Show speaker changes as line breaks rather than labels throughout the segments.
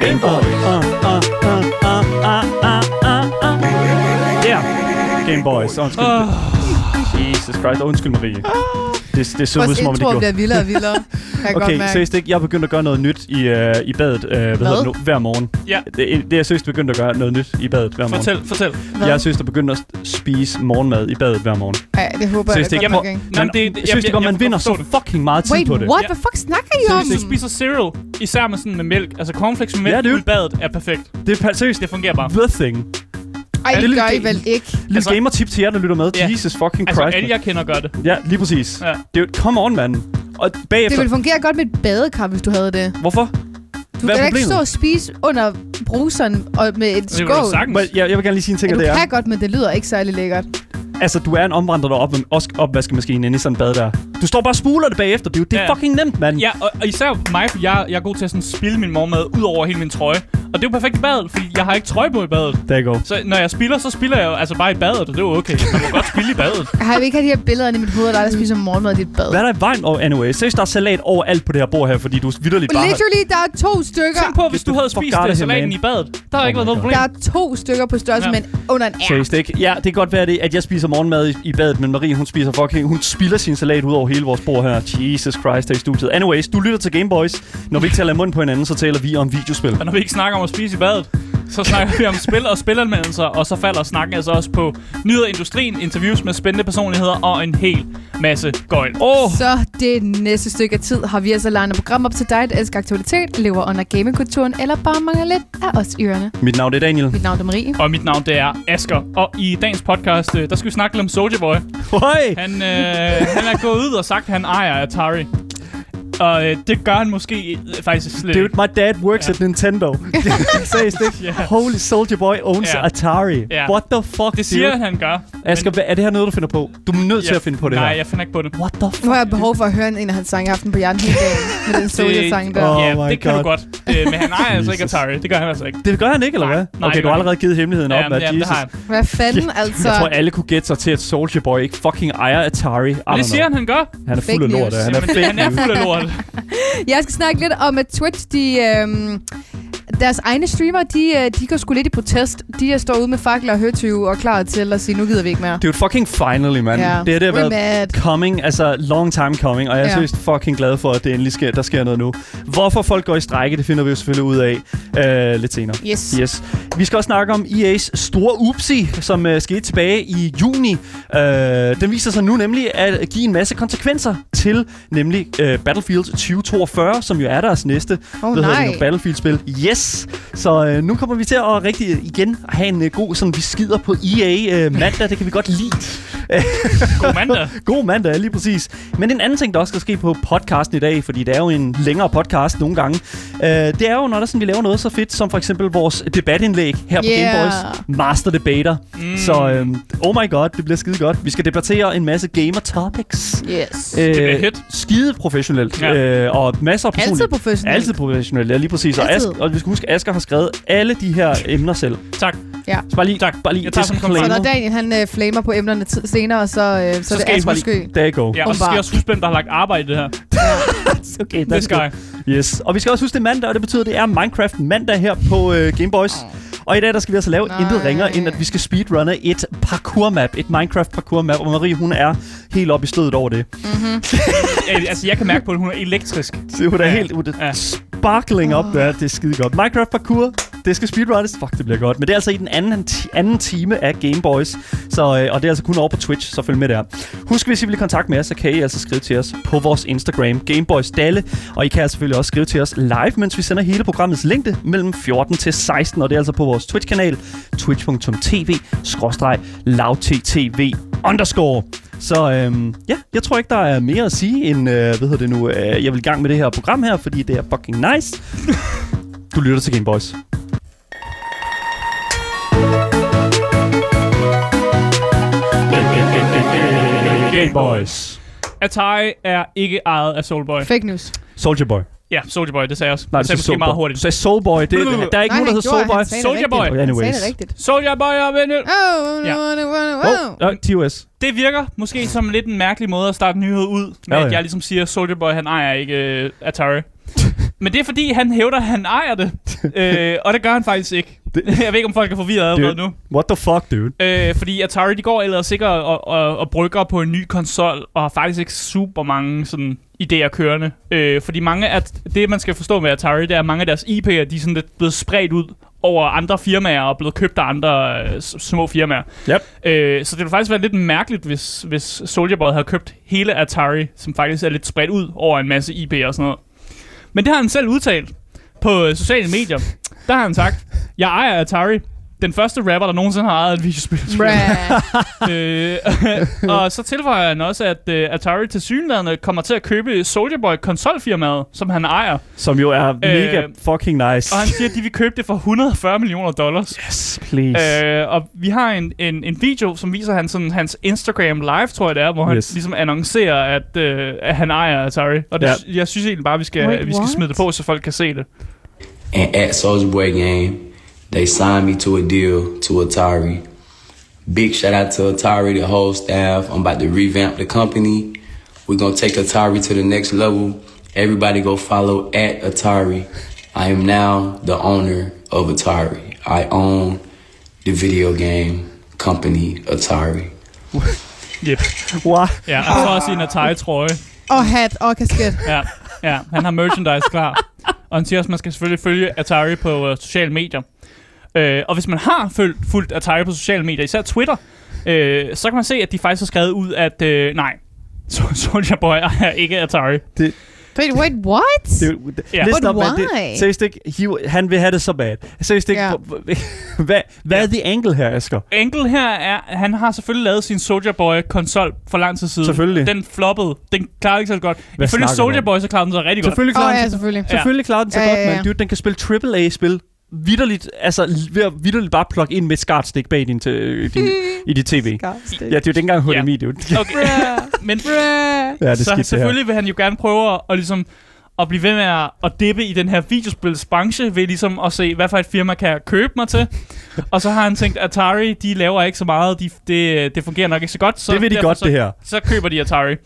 Gameboys.
Ah, ah, ah, ah, ah, ah, ah, ah. Yeah. Game Boys. Undskyld.
Ah.
Jesus Christ. Og undskyld, Marie. Det, det så ud,
Vores
som om det
intro
gjorde.
bliver vildere og vildere. Kan jeg godt
Okay,
mærke.
seriøst ikke. Jeg er begyndt at gøre noget nyt i, øh, i badet øh, hvad hedder det nu, hver morgen.
Ja.
Det, det er jeg seriøst begyndt at gøre noget nyt i badet hver morgen.
Fortæl, fortæl.
Hvad?
Jeg er seriøst begyndt at spise morgenmad i badet hver morgen.
Ej, det håber jeg
Seriøst
da
ikke.
godt nok ikke.
Men det, det, seriøst ikke, om man vinder så fucking meget tid
Wait,
på det.
what?
Ja.
Hvad fuck snakker I
Så
om?
hvis du spiser cereal, især med sådan med mælk, altså cornflakes med mælk
Ja,
ja,
det er jo-
i badet, er perfekt.
Det er pa- seriøst,
Det fungerer bare.
the thing.
Ej, det
Lille-
gør I vel ikke.
Lille
Altså-
gamer-tip til jer, der lytter med.
Ja.
Jesus fucking
Altså,
Christ.
alle jeg kender gør det.
Ja, lige præcis.
Ja.
Ja. Det er jo, come on, mand. Og
Det Mm.
bagefter,
ville fungere godt med et badekar, hvis du havde det.
hvorfor?
Du
Hvad
kan
er
da ikke stå
problemet?
og spise under bruseren og med et
Det kan
skål.
du sagtens.
Men jeg, jeg vil gerne lige sige en ting,
Ja,
og
du
det er,
kan godt, men det lyder ikke særlig lækkert.
altså, du er en omvandret op, os- opvaskemaskine inde i sådan en bad der. Du står bare og spuler det bagefter, det er jo det er
Ja.
fucking nemt, mand.
Ja, og, og især mig, for jeg, jeg er god til at sådan spille min morgenmad ud over hele min trøje. Og det er jo perfekt i badet, fordi jeg har ikke trøje på i badet.
Der er go.
Så når jeg spiller, så spiller jeg jo altså bare i badet, og det er jo okay. Man må godt spille i badet.
Har vi ikke have de her billeder inde i mit hoved, af dig, der spiser morgenmad i dit bad?
Hvad er der i vejen over, anyway? Seriøst, der er salat overalt på det her bord her, fordi du er vidderligt bare...
Literally, der er to stykker.
Tænk på, hvis du havde
Fuck
spist
out of
øh,
here,
salaten
man.
i badet. Der har ikke
Oh
været
my
noget
God.
problem.
Der er to stykker på størrelse,
Ja.
men under en ær.
Seriøst ikke? Ja, det kan godt være, det, at jeg spiser morgenmad i, i badet, men Marie, hun spiser fucking... Hun spilder sin salat ud over hele vores bord her. Jesus Christ, der i studiet. Anyways, du lytter til Gameboys. Når vi ikke taler i munden på hinanden, så taler vi om videospil.
Og når vi ikke snakker om at spise i badet, så snakker vi om spil og spilanmeldelser, og så falder snakken altså også på nyheder i industrien, interviews med spændende personligheder og en hel masse gøjl. Åh, oh,
Så det næste stykke tid har vi altså legnet program op til dig, der elsker aktualitet, lever under gamingkulturen eller bare mangler lidt af os i ørerne.
Mit navn er Daniel.
Mit navn er Marie.
og mit navn det er Asker, og i dagens podcast, øh, der skal vi snakke lidt om Soulja Boy.
Hej!
Han, øh, han er gået ud og sagt, at han ejer Atari. Og øh, det gør han måske øh, faktisk slet
Dude, my dad works
Ja.
at Nintendo. Seriøst ikke?
Ja.
Holy Soldier Boy owns
Ja.
Atari.
Ja.
What the fuck,
Det siger han,
dude?
han gør.
Asger, hvad, er det her noget, du finder på? Du er nødt til at finde på det
nej,
her.
Nej, jeg finder ikke på det.
What the
Nu
fuck?
har jeg behov for at høre en af hans sange i aften på hjernen hele dagen med den Soulja-sang der.
Åh.
Ja,
Oh my
det kan du
God.
godt. Øh, men han ejer altså ikke
Jesus.
Atari. Det gør han altså ikke.
Det gør han ikke, eller
Nej,
hvad?
nej,
okay,
det
du
gør
har
han
allerede givet hemmeligheden op,
Jamen,
mand.
jamen, det
Jesus.
har han.
Hvad fanden altså?
Jeg tror, alle kunne gætte sig til, at Soldier Boy ikke fucking ejer Atari. I
Og det
don't
siger
know.
han, han gør.
Han er fuld af
Fake
lort.
news.
Han er
Jamen,
fake
han er
news.
fuld af lort.
Jeg skal snakke lidt om, at Twitch, de, øhm, deres egne streamer, de, øh, de går sgu lidt i protest. De er står ude med fakler og høtyve og klar til at sige, nu gider vi ikke mere.
Det er jo et fucking finally, mand.
Ja.
Det her, det har
We're
været
mad.
coming, altså long time coming, og jeg er
Ja.
seriøst fucking glad for, at det endelig sker, der sker noget nu. Hvorfor folk går i strejke, det finder vi jo selvfølgelig ud af øh, lidt senere.
Yes.
Yes. Vi skal også snakke om EA's store upsi, som øh, skete tilbage i juni. Øh, den viser sig nu nemlig at give en masse konsekvenser til nemlig øh, Battlefield 2042, som jo er deres næste
Oh,
hvad hedder det
nej.
nu, Battlefield-spil. Yes! Så øh, nu kommer vi til at rigtig igen have en øh, god sådan, vi skider på EA øh, mandag. Det kan vi godt lide.
God mandag.
God mandag, lige præcis. Men en anden ting, der også skal ske på podcasten i dag, fordi det er jo en længere podcast nogle gange, øh, det er jo, når der sådan, vi laver noget så fedt, som for eksempel vores debatindlæg her på
Yeah.
Gameboys Master Debater. Mm. Så øh, oh my god, det bliver skide godt. Vi skal debattere en masse gamer topics.
Yes.
Øh,
bliver hit.
Skide professionelt.
Ja.
Øh, og masser af personligt.
Altid professionelt.
Altid professionelt, ja, lige præcis. Og,
Altid.
Ask, og vi skal huske, at Asger har skrevet alle de her emner selv.
Tak.
Ja.
Så bare lige,
Tak.
Bare lige
Jeg tager som en
disclaimer.
Så
kompliment.
når Daniel han øh, flamer på emnerne t- senere, så, øh, så, så det
skal I
er
bare
måske.
There you go.
Ja, og så skal jeg også huske, hvem der har lagt arbejde i det her.
Okay,
Det skal jeg.
Yes, og vi skal også huske, det er mandag, og det betyder, at det er Minecraft mandag her på øh, Gameboys. Og i dag der skal vi altså lave
Nej.
Nej. intet ringer, end at vi skal speedrunne et parkour-map. Et Minecraft parkour-map, og Marie, hun er helt oppe i stødet over det.
Ja, altså, jeg kan mærke på, at hun er elektrisk.
Så hun er
Ja.
helt hun er
Ja.
sparkling op der. Det er skide godt. Minecraft parkour, det skal speedrunnes. Fuck, det bliver godt. Men det er altså i den anden, ti- anden time af Gameboys. Så, øh, og det er altså kun over på Twitch, så følg med der. Husk, hvis I vil i kontakt med os, så kan I altså skrive til os på vores Instagram, Gameboys Dalle. Og I kan selvfølgelig også skrive til os live, mens vi sender hele programmets længde mellem 14 til 16. Og det er altså på vores Twitch-kanal, twitch.tv-lavttv underscore. Så øhm, ja, jeg tror ikke, der er mere at sige end, øh, hvad hedder det nu, øh, jeg vil i gang med det her program her, fordi det er fucking nice. du lytter til Gameboys. Gameboys.
Atari er ikke ejet af Soulboy.
Fake news.
Soldier Boy.
Ja, Soulja Boy, det sagde jeg også.
Nej,
det
du
sagde
sagde
måske meget
Soulboy.
hurtigt.
Du sagde Soulboy. Det,
Nej,
der er ikke
han
nogen, der hedder
gjorde,
Soulboy.
han sagde det
Soulja
rigtigt.
Boy.
Okay,
Han sagde
anyways.
det rigtigt.
Soulja Boy og Vinyl.
Oh,
Ja.
no, no, no,
Oh,
no.
oh, TOS.
Det virker måske som lidt en mærkelig måde at starte en nyhed ud, med
Ja,
ja,
ja.
at jeg ligesom siger, at Soulja Boy, han ejer ikke uh, øh, Atari. Men det er fordi, han hævder, at han ejer det. øh, og det gør han faktisk ikke.
Det-
jeg ved ikke, om folk er forvirret allerede nu.
What the fuck, dude?
Øh, fordi Atari, de går ellers sikkert og, og, og brygger på en ny konsol, og har faktisk ikke super mange sådan, idéer kørende. Øh, fordi mange af det, man skal forstå med Atari, det er, at mange af deres IP'er, de er sådan lidt blevet spredt ud over andre firmaer og blevet købt af andre øh, s- små firmaer.
Yep.
Øh, så det ville faktisk være lidt mærkeligt, hvis, hvis Soldier Boy havde købt hele Atari, som faktisk er lidt spredt ud over en masse IP'er og sådan noget. Men det har han selv udtalt på øh, sociale medier. Der har han sagt, jeg ejer Atari. Den første rapper, der nogensinde har ejet et videospil.
Bruh.
øh, og så tilføjer han også, at øh, Atari til synlædende kommer til at købe Soldier Boy konsolfirmaet, som han ejer.
Som jo er mega fucking nice.
Øh, Og han siger, at de vil købe det for 140 millioner dollars.
Yes, please.
Øh, og vi har en, en, en video, som viser han sådan, hans Instagram live, tror jeg det er, hvor han
Yes.
ligesom annoncerer, at, øh, at han ejer Atari. Og det,
Ja.
jeg synes egentlig bare, vi skal,
Wait,
vi skal
what?
smide det på, så folk kan se det.
And at Soldier Boy Game, they signed me to a deal to Atari. Big shout out to Atari, the whole staff. I'm about to revamp the company. We're gonna take Atari to the next level. Everybody go follow at Atari. I am now the owner of Atari. I own the video game company Atari.
Yep.
Wow.
Ja, og så også i en Atari-trøje.
og hat og kasket.
Ja, ja, han har merchandise klar. Og han siger også, at man skal selvfølgelig følge Atari på øh, sociale medier. Øh, og hvis man har følt, fulgt Atari på sociale medier, især Twitter, øh, så kan man se, at de faktisk har skrevet ud, at øh, nej, So- Soldier Boy er ikke Atari.
Wait, wait, what?
Det, er jo- det,
Ja.
listen
But
op, man.
why?
Det, seriøst ikke, he, han vil have det så bad. Seriøst ikke,
Ja.
yeah. hvad, hvad er the angle her, Asger?
Enkel her er, han har selvfølgelig lavet sin Soldier Boy konsol for lang tid siden.
Selvfølgelig.
Den floppede. Den klarede ikke så godt. Ifølge
Hvad snakker
Soldier
du
Boy, så klarede den sig rigtig godt.
Selvfølgelig
Åh
klarer
ja,
den sig,
selvfølgelig.
Ja.
selvfølgelig klarer den sig
Ja,
godt,
ja, ja.
men dude, den kan spille AAA-spil vidderligt, altså l- ved at vidderligt bare plukke ind med et skartstik bag din, t- din, i dit tv. Ja, det er jo ikke engang
Ja.
HDMI, dude.
Okay. Men
Bruh.
Ja, det er
så
skidt, det her.
selvfølgelig vil han jo gerne prøve at, at, ligesom, at blive ved med at, at dippe i den her videospilsbranche ved ligesom at se, hvad for et firma kan jeg købe mig til. og så har han tænkt, Atari, de laver ikke så meget, de, det, det fungerer nok ikke så godt. Så
Det vil de
derfor
godt,
så,
det her.
Så køber de Atari.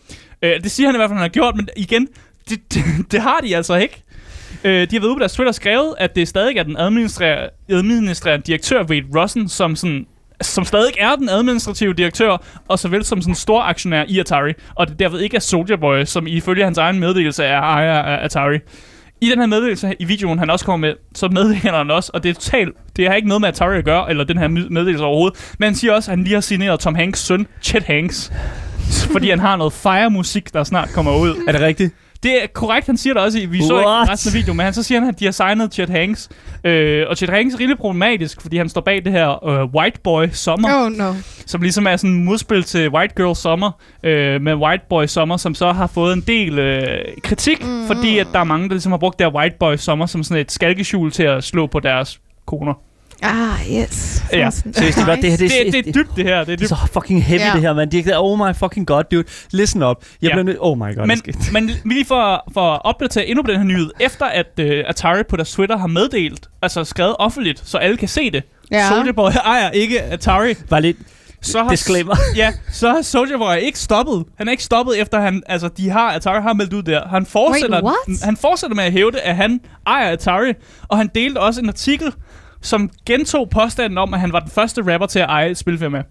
Øh, det siger han i hvert fald, han har gjort, men igen, det, det, det har de altså ikke. Øh, de har været ude på deres Twitter skrevet, at det stadig er den administrer- administrerende direktør, Wade Rossen, som sådan som stadig er den administrative direktør, og såvel som sådan stor aktionær i Atari, og det derved ikke er Soldier Boy, som ifølge hans egen meddelelse er ejer af Atari. I den her meddelelse i videoen, han også kommer med, så meddeler han også, og det er totalt, det har ikke noget med Atari at gøre, eller den her my- meddelelse overhovedet, men han siger også, at han lige har signeret Tom Hanks' søn, Chet Hanks, fordi han har noget fire-musik, der snart kommer ud.
Er det rigtigt?
Det er korrekt, han siger det også, i- vi så
What?
ikke resten af videoen, men han så siger han, at de har signet Chet Hanks. Øh, og Chet Hanks er rigtig problematisk, fordi han står bag det her øh, White Boy Summer,
Oh no.
som ligesom er sådan en modspil til White Girl Summer, øh, med White Boy Summer, som så har fået en del øh, kritik, mm. fordi at der er mange, der ligesom har brugt det her White Boy Summer som sådan et skalkeskjul til at slå på deres koner.
Ah, yes.
Ja.
Seriøst, det, var- det, her, det,
Det, det, det er dybt, det her. Det er
det er
dybt.
så fucking heavy,
Ja.
det her, mand. Det er, oh my fucking god, dude. Listen up. Jeg
Ja.
bliver nødt... Oh my god,
Men,
det er skidt.
men lige for, for at opdatere endnu på den her nyhed, efter at øh, Atari på deres Twitter har meddelt, altså skrevet offentligt, så alle kan se det,
Ja.
ja. Soldier Boy ejer ikke Atari,
Bare lidt
så har,
disclaimer.
ja, så har Soldier Boy ikke stoppet. Han er ikke stoppet efter han, altså de har, Atari har meldt ud der. Han fortsætter,
Wait, what?
han fortsætter med at hævde, at han ejer Atari, og han delte også en artikel, som gentog påstanden om, at han var den første rapper til at eje et spilfirma.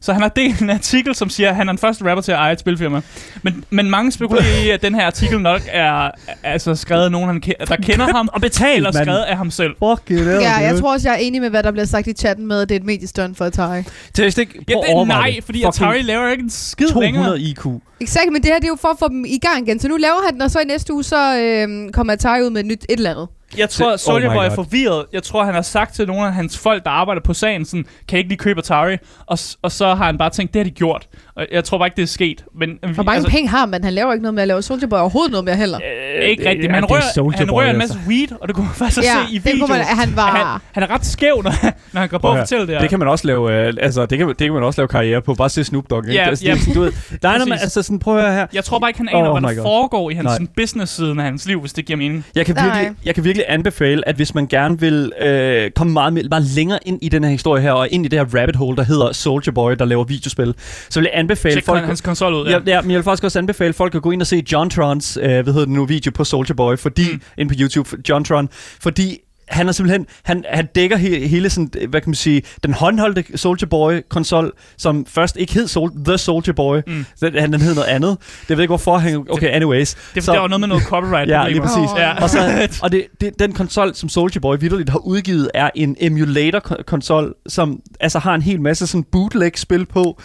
Så han har delt en artikel, som siger, at han er den første rapper til at eje et spilfirma. Men, men mange spekulerer i, at den her artikel nok er altså, skrevet af nogen, han ke- der kender ham,
Og betal,
eller skrevet
mand.
af ham selv.
Fuck it,
Ja, jeg tror også, jeg er enig med, hvad der bliver sagt i chatten med, at det er et mediestund for Atari.
Seriøst ikke,
Ja,
prøv at
det er
overveje
nej,
det.
fordi
Fucking
Atari laver ikke en skid længere.
200 IQ.
Exakt, men det her det er jo for at få dem i gang igen. Så nu laver han den, og så i næste uge, så øhm, kommer Atari ud med et nyt et eller andet.
Jeg tror,
Det-
at
oh
Soldier
my
Boy er
God.
forvirret. Jeg tror, han har sagt til nogle af hans folk, der arbejder på sagen, sådan, kan jeg ikke lige købe Atari? Og, s- og så har han bare tænkt, det har de gjort. Og jeg tror bare ikke, det er sket. Men,
Hvor mange altså, penge har man? Han laver ikke noget med at lave Soldier Boy overhovedet noget mere heller.
Øh, ikke rigtigt, men han
det er
rører,
Soulja
han
Boy,
rører en
altså.
masse weed, og det kunne man faktisk ja, se i
det
videoen.
kunne man, at han var...
At han, han er ret skæv, når, når han går på
Prøv
at
her.
fortælle det her.
Det kan man også lave, øh, altså, det kan, det kan man også lave karriere på. Bare se Snoop Dogg. ikke?
Ja,
altså, det er
ja.
sådan, du ved, der er noget, man,
Præcis.
altså sådan, prøv at høre her.
Jeg tror bare ikke, han aner,
Oh
oh hvad
my
der
God.
foregår i hans
Nej.
sådan, business-siden af hans liv, hvis det giver mening.
Jeg kan,
Nej.
virkelig, jeg kan virkelig anbefale, at hvis man gerne vil øh, komme meget, mere- meget længere ind i den her historie her, og ind i det her rabbit hole, der hedder Soldier Boy, der laver videospil, så vil jeg anbefale
Tjek
folk...
han- hans konsol ud.
Ja, ja, men jeg vil faktisk også anbefale folk at gå ind og se John Trons, øh, hvad hedder det nu, video på Soldier Boy, fordi, mm. ind på YouTube, John Tron, fordi han er simpelthen, han, han dækker he, hele sådan, øh, hvad kan man sige, den håndholdte Soldier Boy-konsol, som først ikke hed Sol, The Soldier Boy, mm. den, han, den hed noget andet. Det ved jeg ikke, hvorfor han, okay, anyways.
Det, så, der var noget med noget copyright.
Ja, lige
problemer.
præcis.
Åh.
Ja.
Og, så, og det, det, den konsol, som Soldier Boy vidderligt har udgivet, er en emulator-konsol, som altså, har en hel masse sådan bootleg-spil på.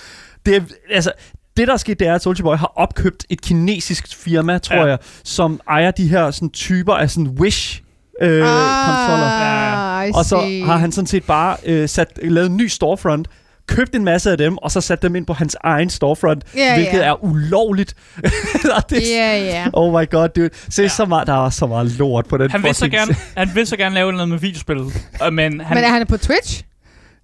Det, er, altså, det, der er sket, det er, at Soldier Boy har opkøbt et kinesisk firma, tror
Ja.
ja. jeg, som ejer de her sådan, typer af sådan Wish øh, konsoller.
Ja.
Ah, I
Og så
see.
har han sådan set bare øh, sat, lavet en ny storefront, købt en masse af dem, og så sat dem ind på hans egen storefront,
Ja,
hvilket
ja.
er ulovligt. Og det,
Ja, ja.
Oh my god, dude. Se,
Ja.
ja. så meget, der er så meget lort på den
Han vil, så
fucking-
gerne, han vil så gerne lave noget med videospillet, Øh, men, han,
Men er han på Twitch?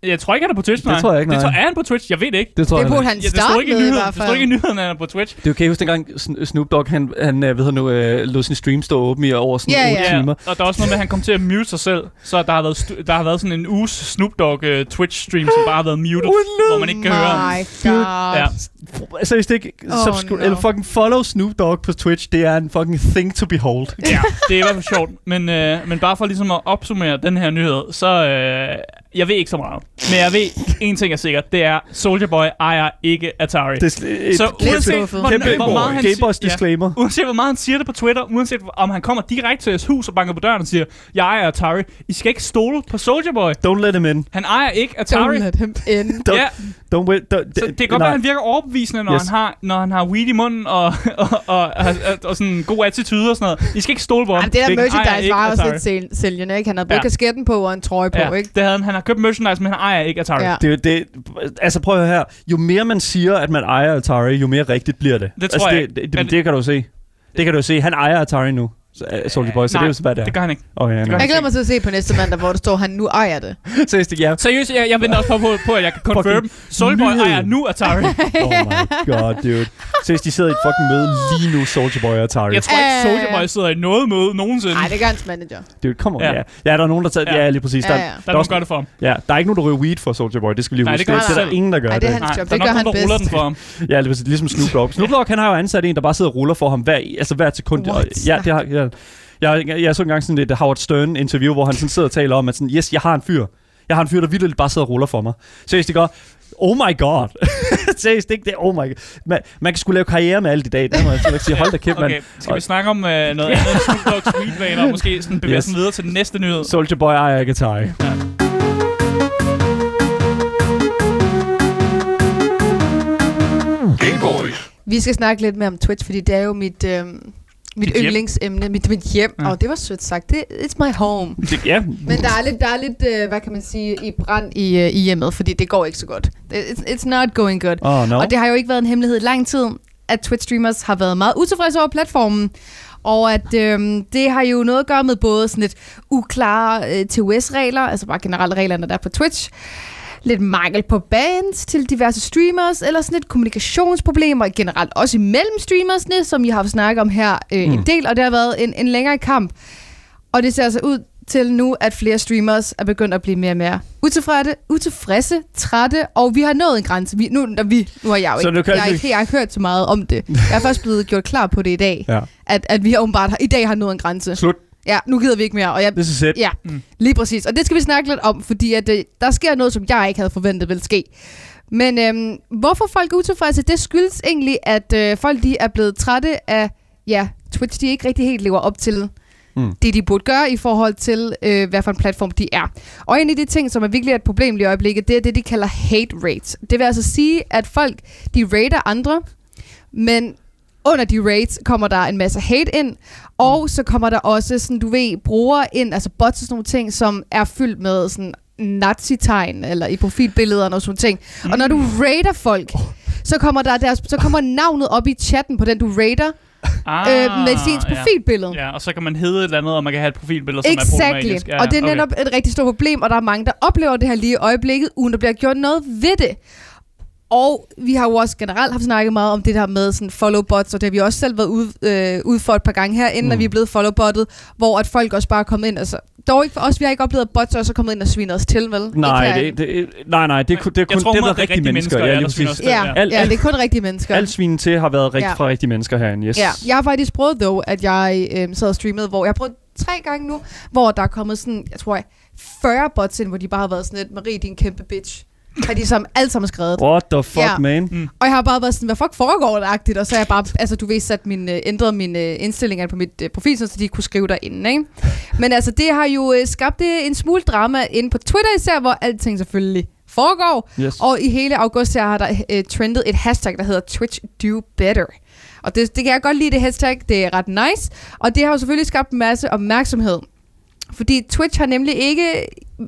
jeg tror ikke, han er på Twitch, nej.
tror jeg ikke,
Det
nej.
tror, er han på Twitch? Jeg ved det ikke.
Det tror
Det
jeg.
burde
Det
han
Ja, det står
starte
ikke i
med i
nyheden.
hvert
Det står ikke i
fald.
nyheden, at han er på Twitch.
du kan huske dengang Sn- Snoop Dogg, han, han øh, ved du nu, øh, lod sin stream stå åben i over sådan
Ja,
yeah, 8
ja.
yeah. timer.
og der er også noget med, at han kom til at mute sig selv. Så der har været, stu- der har været sådan en uges Snoop Dogg uh, Twitch-stream, som bare har været muted,
Uden
hvor man ikke kan høre ham.
My
Dude.
God.
Ja.
Seriøst ikke,
Oh,
subscribe,
no.
eller fucking follow Snoop Dogg på Twitch, det er en fucking thing to behold.
ja, det er i hvert fald sjovt. Men, øh, men bare for ligesom at opsummere den her nyhed, så øh, jeg ved ikke så meget. Men jeg ved, en ting er sikkert, det er, Soldier Boy ejer ikke Atari.
Det er sl- et
så
kæmpe-
uanset,
skuffet.
hvor,
kæmpe
hvor meget han
Game Boys
si- ja.
disclaimer.
Uanset hvor meget han siger det på Twitter, uanset om han kommer direkte til jeres hus og banker på døren og siger, jeg ejer Atari, I skal ikke stole på Soldier Boy.
Don't let him in.
Han ejer ikke Atari.
Don't let him in.
Don't,
Ja,
don't wait. Don't,
så det kan godt være, han virker overbevisende, når, yes.
Yes.
han har, når han har weed i munden og, og, og, og, og, og sådan en god attitude og sådan noget. I skal ikke stole på ham.
Jamen, det der
Ikke- ejer
merchandise
ikke
var også
Atari.
lidt sæl- sælgende, ikke? Han havde både
Ja.
ja. kasketten på og en trøje på,
Ja,
ikke?
det havde han. Han har købt merchandise, men han ejer ikke Atari.
Ja.
Ja.
Det, det, altså prøv at høre her. Jo mere man siger, at man ejer Atari, jo mere rigtigt bliver det.
Det
altså,
tror jeg
det, det,
Men-
det, det, kan du se. Det kan du se. Han ejer Atari nu. Så, uh, Soldier Boy, så
Nej,
det er jo så, hvad det er.
Det gør han ikke.
Oh, ja,
det gør
nej.
Jeg glæder mig til at se på næste mandag, hvor der står, at han nu ejer det.
Seriøst, ja.
Seriøst, jeg, jeg venter også på, på, på, at jeg kan confirm. Solboy
nyhed.
ejer nu Atari.
Oh my god, dude. Seriøst, de sidder i et fucking møde lige nu, Soldier Boy og Atari.
Jeg tror ikke,
Øh.
Soldier Boy sidder i noget møde nogensinde.
Nej,
Ej, det,
det gør hans manager.
Dude, come on.
Ja.
Ja. ja. der er der nogen, der tager...
Ja.
Ja, ja lige præcis.
Ja,
Der,
ja. Der er
der er nogen, der gør det for ham.
Ja, der er ikke nogen, der ryger weed for Soldier Boy. Det skal vi lige
Nej,
huske.
det gør
det,
han
er der
selv.
ingen, der gør
Ej, det er
det.
hans
Nej,
job.
der er
Det gør
nok
han
nogen, der ruller
bedst.
den for ham.
Ja, lige præcis. Ligesom Snoop Dogg. Snoop Dogg, han har jo ansat en, der bare sidder og ruller for ham hver, altså hver sekund.
What?
Og, ja, det har... Ja, jeg, jeg, jeg, så engang sådan et Howard Stern interview, hvor han sådan sidder og taler om, at sådan, yes, jeg har en fyr. Jeg har en fyr, der vildt bare sidder og ruller for mig. Seriøst, det gør, oh my god. Seriøst, ikke det, oh my god. Man, man kan sgu lave karriere med alt i dag. Der må jeg sgu ikke sige, hold da kæft, mand.
Okay, skal vi snakke om øh, noget andet end Snoop Dogg's weedvaner, og måske sådan bevæge
Yes.
yes. videre til den næste nyhed?
Soldier Boy ejer ikke Atari.
Ja.
Game Boys.
Vi skal snakke lidt mere om Twitch, fordi det er jo mit, øh, mit
Dit hjem.
yndlingsemne, mit, mit hjem.
Ja.
Ja. Og det var sødt sagt. Det, it's my home.
Det, ja.
Men der er lidt, der er lidt øh, hvad kan man sige, i brand i, øh, i hjemmet, fordi det går ikke så godt. It's, it's not going good.
Åh, oh, no.
Og det har jo ikke været en hemmelighed i lang tid, at Twitch-streamers har været meget utilfredse over platformen. Og at øhm, det har jo noget at gøre med både sådan lidt uklare øh, TOS-regler, altså bare generelle reglerne, der er på Twitch, lidt mangel på bands til diverse streamers, eller sådan lidt kommunikationsproblemer generelt, også imellem streamersne, som I har haft snakket om her øh, mm. en del, og det har været en, en længere kamp. Og det ser altså ud til nu, at flere streamers er begyndt at blive mere og mere utilfredse, utilfredse trætte, og vi har nået en grænse. Vi, nu, når vi, nu har jeg jo
Så nu
ikke,
kan
jeg, har
vi-
ikke, jeg har ikke hørt så meget om det. Jeg er først blevet gjort klar på det i dag,
Ja.
at, at vi åbenbart har, i dag har nået en grænse.
Slut.
Ja, nu gider vi ikke mere, og jeg,
This is it.
Ja, mm. lige præcis. Og det skal vi snakke lidt om, fordi at, øh, der sker noget, som jeg ikke havde forventet ville ske. Men øhm, hvorfor folk er utilfredse, det skyldes egentlig, at øh, folk de er blevet trætte af, ja, Twitch de ikke rigtig helt lever op til
Mm.
det, de burde gøre i forhold til, øh, hvad for en platform de er. Og en af de ting, som er virkelig et problem lige i øjeblikket, det er det, de kalder hate rates. Det vil altså sige, at folk de rater andre, men under de raids kommer der en masse hate ind, og så kommer der også, sådan, du ved, brugere ind, altså bots og sådan nogle ting, som er fyldt med sådan nazitegn, eller i profilbillederne og sådan nogle ting. Og når du
Mm.
raider folk,
Oh.
så kommer, der deres, så kommer navnet op i chatten på den, du raider,
Ah,
øh, med sit profilbillede.
Ja. ja, og så kan man hedde et eller andet, og man kan have et profilbillede, som er problematisk.
Exactly.
Ja,
Og det er
okay.
netop et rigtig stort problem, og der er mange, der oplever det her lige i øjeblikket, uden der bliver gjort noget ved det. Og vi har jo også generelt haft snakket meget om det der med sådan follow bots, og det har vi også selv været ude, øh, ude for et par gange her, inden mm. at vi er blevet follow bottet, hvor at folk også bare er kommet ind. Altså, dog ikke for os, vi har ikke oplevet, at bots også er kommet ind og svinet os til, vel?
Nej,
ikke her.
det, det, nej, nej, det, er kun- det er kun
jeg tror,
det,
hun
der
er rigtige mennesker,
ja,
ja,
lige
der sviner
præcis.
os
Ja,
Ja.
ja, ja, det er kun rigtige mennesker.
Alt svinen til har været rigt,
Ja.
fra rigtige mennesker herinde, yes.
Ja, jeg har faktisk prøvet dog, at jeg øh, sad og streamede, hvor jeg har prøvet tre gange nu, hvor der er kommet sådan, jeg tror, 40 bots ind, hvor de bare har været sådan lidt, Marie, din kæmpe bitch. Har de sammen alle sammen skrevet.
What the fuck,
Ja.
man?
Og jeg har bare været sådan, hvad fuck foregår der-agtigt? Og så har jeg bare, altså du ved, sat min, øh, ændret mine øh, indstillinger på mit øh, profil, sådan, så de kunne skrive derinde, ikke? Men altså, det har jo øh, skabt øh, en smule drama inde på Twitter især, hvor alting selvfølgelig foregår.
Yes.
Og i hele august her har der øh, trendet et hashtag, der hedder Twitch Do Better. Og det, det kan jeg godt lide, det hashtag. Det er ret nice. Og det har jo selvfølgelig skabt en masse opmærksomhed. Fordi Twitch har nemlig ikke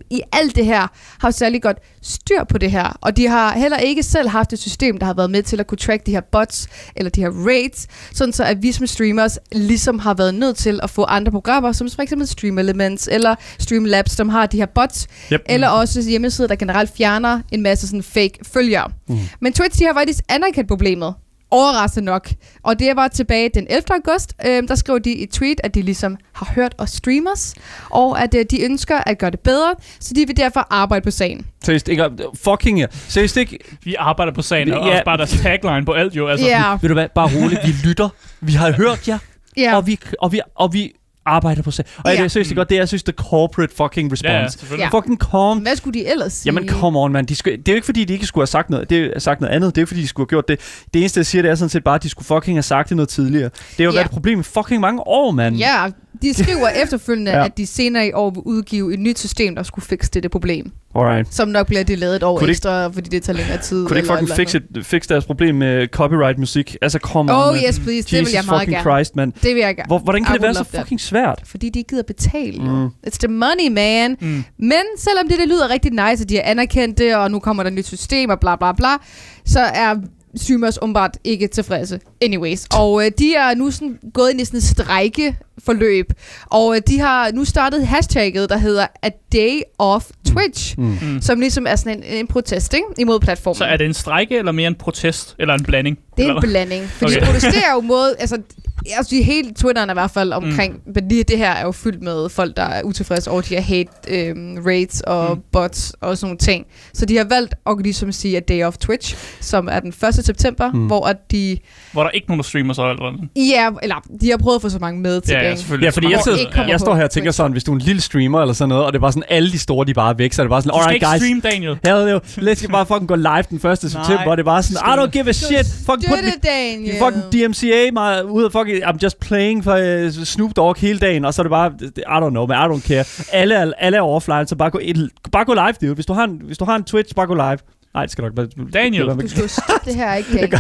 i alt det her har særlig godt styr på det her. Og de har heller ikke selv haft et system, der har været med til at kunne track de her bots eller de her raids, sådan så at vi som streamers ligesom har været nødt til at få andre programmer, som for eksempel Stream Elements eller Streamlabs, som har de her bots,
Yep.
eller også hjemmesider, der generelt fjerner en masse sådan fake følgere. Mm. Men Twitch, de har faktisk anerkendt problemet. Overraskende nok. Og det var tilbage den 11. august. Øh, der skrev de i et tweet, at de ligesom har hørt os streamers, og at øh, de ønsker at gøre det bedre, så de vil derfor arbejde på sagen.
Seriøst, ikke? Fucking ja. Seriøst, ikke?
Vi arbejder på sagen, og
Ja.
også bare deres tagline på alt jo. Altså,
Ja,
Ved du hvad? Bare roligt. Vi lytter. Vi har hørt jer.
ja.
Og, vi, og, vi, og vi arbejder på sagen. Og ja.
Ja.
det er seriøst det er godt. Det er, jeg synes, the corporate fucking response.
ja, ja, selvfølgelig.
Ja.
Fucking calm
Hvad skulle de ellers sige?
Jamen, come on, man. De skulle, det er jo ikke, fordi de ikke skulle have sagt noget, det er sagt noget andet. Det er jo ikke, fordi de skulle have gjort det. Det eneste, jeg siger, det er sådan set bare, at de skulle fucking have sagt det noget tidligere. Det har jo
Ja.
været et problem i fucking mange år, mand.
Ja, de skriver efterfølgende,
Ja.
ja. at de senere i år vil udgive et nyt system, der skulle fikse dette problem.
Alright.
Som nok bliver delayet et år
Kunne det ikke-
ekstra, fordi det tager længere tid.
Kunne de ikke
eller
fucking
et
fikse,
eller
et- fikse deres problem med copyright-musik? Altså, come
andet.
on,
Oh
man.
yes, please. det vil
Jesus
jeg meget
fucking
gerne.
Christ, mand.
Det vil jeg gerne.
Hvor, hvordan kan
I
det
would
være så
love that.
fucking svært?
Fordi de ikke gider betale.
Mm.
Mm. It's the money, man.
Mm.
Men selvom det, det lyder rigtig nice, at de har anerkendt det, og nu kommer der et nyt system, og bla bla bla, så er streamers åbenbart ikke tilfredse. Anyways. Og øh, de er nu sådan gået ind i sådan et strejkeforløb, og øh, de har nu startet hashtagget, der hedder A Day Off Twitch,
Mm.
mm.
Mm.
som ligesom er sådan en, en protest ikke? imod platformen.
Så er det en strejke, eller mere en protest, eller en blanding?
Det er
Eller
en blanding. Fordi
Okay.
okay. protesterer jo mod... Altså, jeg synes, hele Twitteren er i hvert fald omkring... Mm. Men lige det her er jo fyldt med folk, der er utilfredse over de her hate øhm, raids og
Mm.
mm. bots og sådan nogle ting. Så de har valgt at ligesom sige, at Day of Twitch, som er den 1. september,
Mm.
mm. hvor at de...
hvad? Hvor der ikke nogen, der streamer så eller hvad?
Ja, eller de har prøvet at få så mange med til
Ja,
det,
ja,
ikke?
selvfølgelig.
Ja, fordi
Så
jeg,
mange- Ja.
sidder-
sidder, jeg
kommer
står
på
her og tænker
Twitch.
sådan, hvis du er en lille streamer eller sådan noget, og det er bare sådan, alle de store, de er bare væk, så er det bare sådan,
Du skal
alright
ikke
guys,
streame, Daniel.
Hell no. Let's bare fucking gå live den 1. september, og det var sådan, I don't give a shit. Fucking put
Støtte,
mit
Daniel.
fucking DMCA mig ud af fucking, I'm just playing for uh, Snoop Dogg hele dagen, og så er det bare, I don't know, man, I don't care. Alle er, alle er offline, så bare gå, ind- bare gå live, dude. Hvis du, har en, hvis du har en Twitch, bare gå live. Nej, det skal nok bare...
Daniel.
Du skal jo støtte det her, ikke Daniel?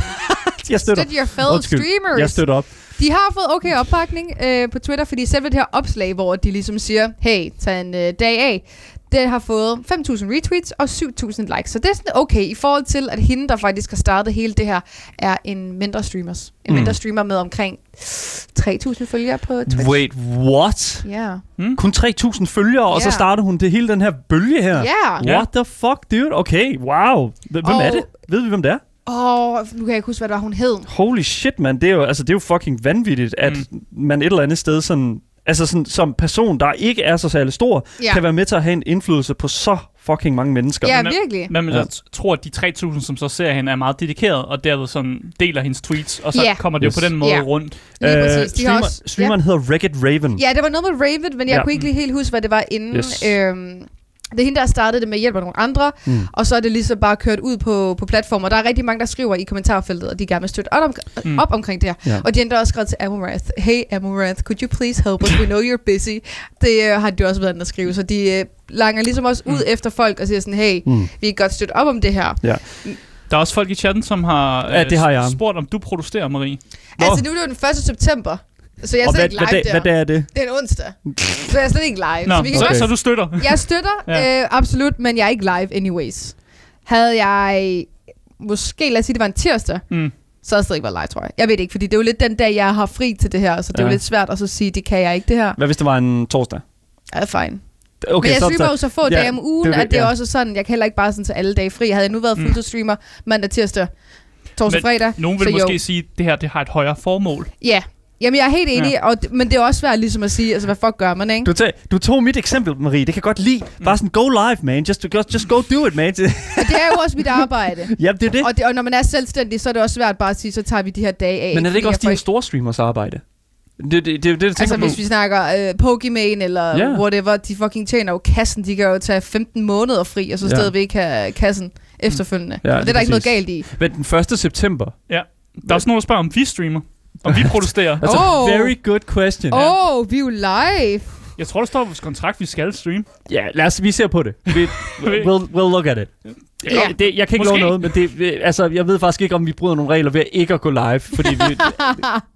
Jeg støtter.
Støtte your fellow
Undskyld.
streamers.
Jeg støtter op.
De har fået okay opbakning øh, på Twitter, fordi selve det her opslag, hvor de ligesom siger, hey, tag en øh, dag af, det har fået 5.000 retweets og 7.000 likes. Så det er sådan okay, i forhold til, at hende, der faktisk har startet hele det her, er en mindre streamers. En
Mm.
mm. mindre streamer med omkring 3.000 følgere på Twitch.
Wait, what?
Ja.
Kun 3.000 følgere, og så
Ja.
starter hun det hele den her bølge her.
Ja.
What the fuck, dude? Okay, wow. Hvem
Og-
er det? Ved vi, hvem det er?
Åh, nu kan jeg ikke huske, hvad det var, hun hed.
Holy shit, man. Det er jo, altså, det er jo fucking vanvittigt, at mm. man et eller andet sted sådan... Altså sådan, som person, der ikke er så særlig stor, ja.
Ja.
kan være med til at have en indflydelse på så fucking mange mennesker.
Ja,
Men-
virkelig.
Men man
Ja.
ja. tror, at de 3.000, som så ser hende, er meget dedikeret, og derved sådan deler hendes tweets, og så
Ja.
kommer det jo
Yes.
på den måde
Ja.
rundt.
Lige præcis. De har
Øh, streamer,
også- ja.
streameren hedder Wreck-It Raven.
Ja, det var noget med Raven, men jeg
Ja.
ja. kunne ikke lige helt huske, hvad det var inden.
Yes.
Yes. Øhm, det er hende, der startede det med hjælp af nogle andre,
Mm.
mm. og så er det ligesom bare kørt ud på, på platformer. Der er rigtig mange, der skriver i kommentarfeltet, og de gerne vil støtte op, om,
Mm.
mm. op omkring det her.
Ja.
Og de har endda også skrevet til Amaranth, Hey Amaranth, could you please help us? We know you're busy. Det øh, har de også været inde at skrive, så de øh, langer ligesom også ud efter folk og siger sådan, hey,
Mm.
vi kan godt støtte op om det her.
Der er også folk i chatten, som har, øh,
Ja, det har jeg.
spurgt, om du protesterer, Marie.
Nå.
Altså, nu er det jo den 1. september, så jeg er
Og
slet
hvad,
ikke live
hvad, dag,
der.
hvad dag er det?
Det er en onsdag, så jeg er slet ikke live.
Nå,
så vi kan
så,
godt-
så du støtter.
Jeg støtter,
Ja.
ja. øh, absolut, men jeg er ikke live anyways. Havde jeg måske, lad os sige, det var en tirsdag,
Mm.
så havde jeg stadig ikke været live, tror jeg. Jeg ved det ikke, fordi det er jo lidt den dag, jeg har fri til det her, så det er
Ja.
jo lidt svært at så sige, det kan jeg ikke det her.
Hvad hvis det var en torsdag?
Ja, fine.
Okay,
Men jeg
så-
streamer
så-
jo så få
ja,
dage om ugen,
det er
det,
det,
at det er
ja.
også sådan, jeg kan heller ikke bare sådan tage alle dage fri. Havde jeg nu været
Mm.
fuldtidsstreamer mandag, tirsdag, torsdag,
Men
fredag,
Nogen vil
så
måske
jo.
sige, at det her det har et højere formål.
Ja, Jamen, jeg er helt enig, ja. og, d- men det er også svært ligesom at sige, altså, hvad fuck gør man, ikke?
Du, tag, du tog mit eksempel, Marie. Det kan jeg godt lide. Bare sådan, go live, man. Just, just, just go do it, man.
Og det er jo også mit arbejde.
ja, det er det.
og, det, og når man er selvstændig, så er det også svært bare at sige, så tager vi de her dage af.
Men er det ikke
fordi
også
jeg
dine
får
store streamers arbejde? Det, det, det, det, er det jeg tænker
Altså
på.
hvis vi snakker øh, Pokimane
Ja.
eller yeah. whatever, de fucking tjener jo kassen. De kan jo tage 15 måneder fri, og så
Ja.
stadigvæk have kassen efterfølgende.
Ja,
Ja, det er
lige
der ikke noget
præcis.
galt i.
Men den 1. september.
Der er også nogen, der spørger, om vi streamer. Om vi producerer.
Altså,
Oh.
very good question.
Åh, yeah. oh, vi er jo live.
Jeg tror, der står i vores kontrakt, vi skal streame.
Ja, lad os, vi ser på det. Vi, we'll, we'll look at it.
Ja.
Ja. Det, jeg kan ikke
Måske.
love noget, men det, vi- altså, jeg ved faktisk ikke, om vi bryder nogle regler ved ikke at gå live, fordi vi...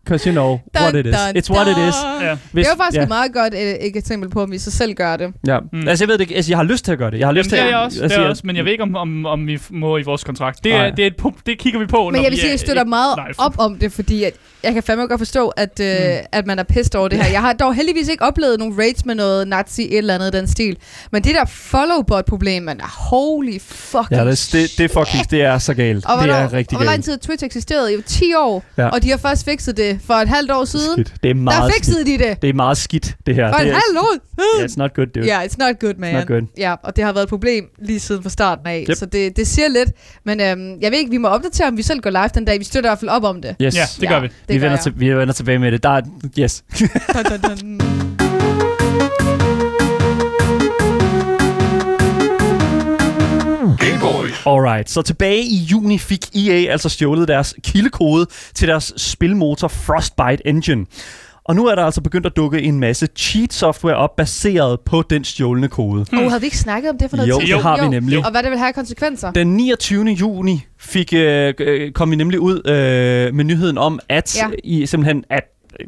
Because you know what it is. It's what it is.
Ja.
det var faktisk
ja.
yeah. et meget godt øh, et eksempel på, om vi så selv gør det.
Ja.
Mm.
Altså, jeg ved det ikke. Altså, jeg har lyst til at gøre det. Jeg har
Jamen,
lyst
det er
til
jeg
at,
også, det er jeg også, men jeg ved ikke, om, om, om vi må i vores kontrakt. Det,
Nej.
er, det, er et punkt, det kigger vi på, når
Men jeg vil
vi
sige,
er-
at jeg støtter meget
live.
op om det, fordi at jeg kan fandme godt forstå, at, øh, mm. at man er pissed over det her. Jeg har dog heldigvis ikke oplevet nogen raids med noget nazi et eller andet i den stil. Men det der follow-bot-problem, man er holy fucking
Ja, det, er- det, det er fucking, det er så galt.
Og
det
hvornår,
er rigtig
og hvor lang
galt.
tid har Twitch eksisteret? Jo, 10 år.
Ja.
Ja. Og de har først fikset det for et halvt år siden.
Skidt. Det er
Der
meget skidt.
fiksede de det
Det er meget skidt, det her.
for
det
et
er,
halvt år
yeah,
siden.
it's not good, dude.
Ja, yeah, it's not good, man.
not good.
Ja, og det har været et problem lige siden fra starten af.
Yep.
Yep. Så det, det siger lidt. Men øhm, jeg ved ikke, vi må opdatere, om vi selv går live den dag. Vi støtter i hvert fald op om det.
Yes.
Ja, det gør vi.
Det
vi,
gør
vender
jeg.
til, vi vender tilbage med det. Der er, yes.
Dun, dun, dun.
Alright, så tilbage i juni fik EA altså stjålet deres kildekode til deres spilmotor Frostbite Engine. Og nu er der altså begyndt at dukke en masse cheat-software op, baseret på den stjålne kode.
Oh, havde vi ikke snakket om det for noget
Jo,
tid?
det
siden?
har vi nemlig.
Og hvad det vil have af konsekvenser?
Den 29. juni fik, øh, øh, kom vi nemlig ud øh, med nyheden om, at ja.
Ja.
I simpelthen at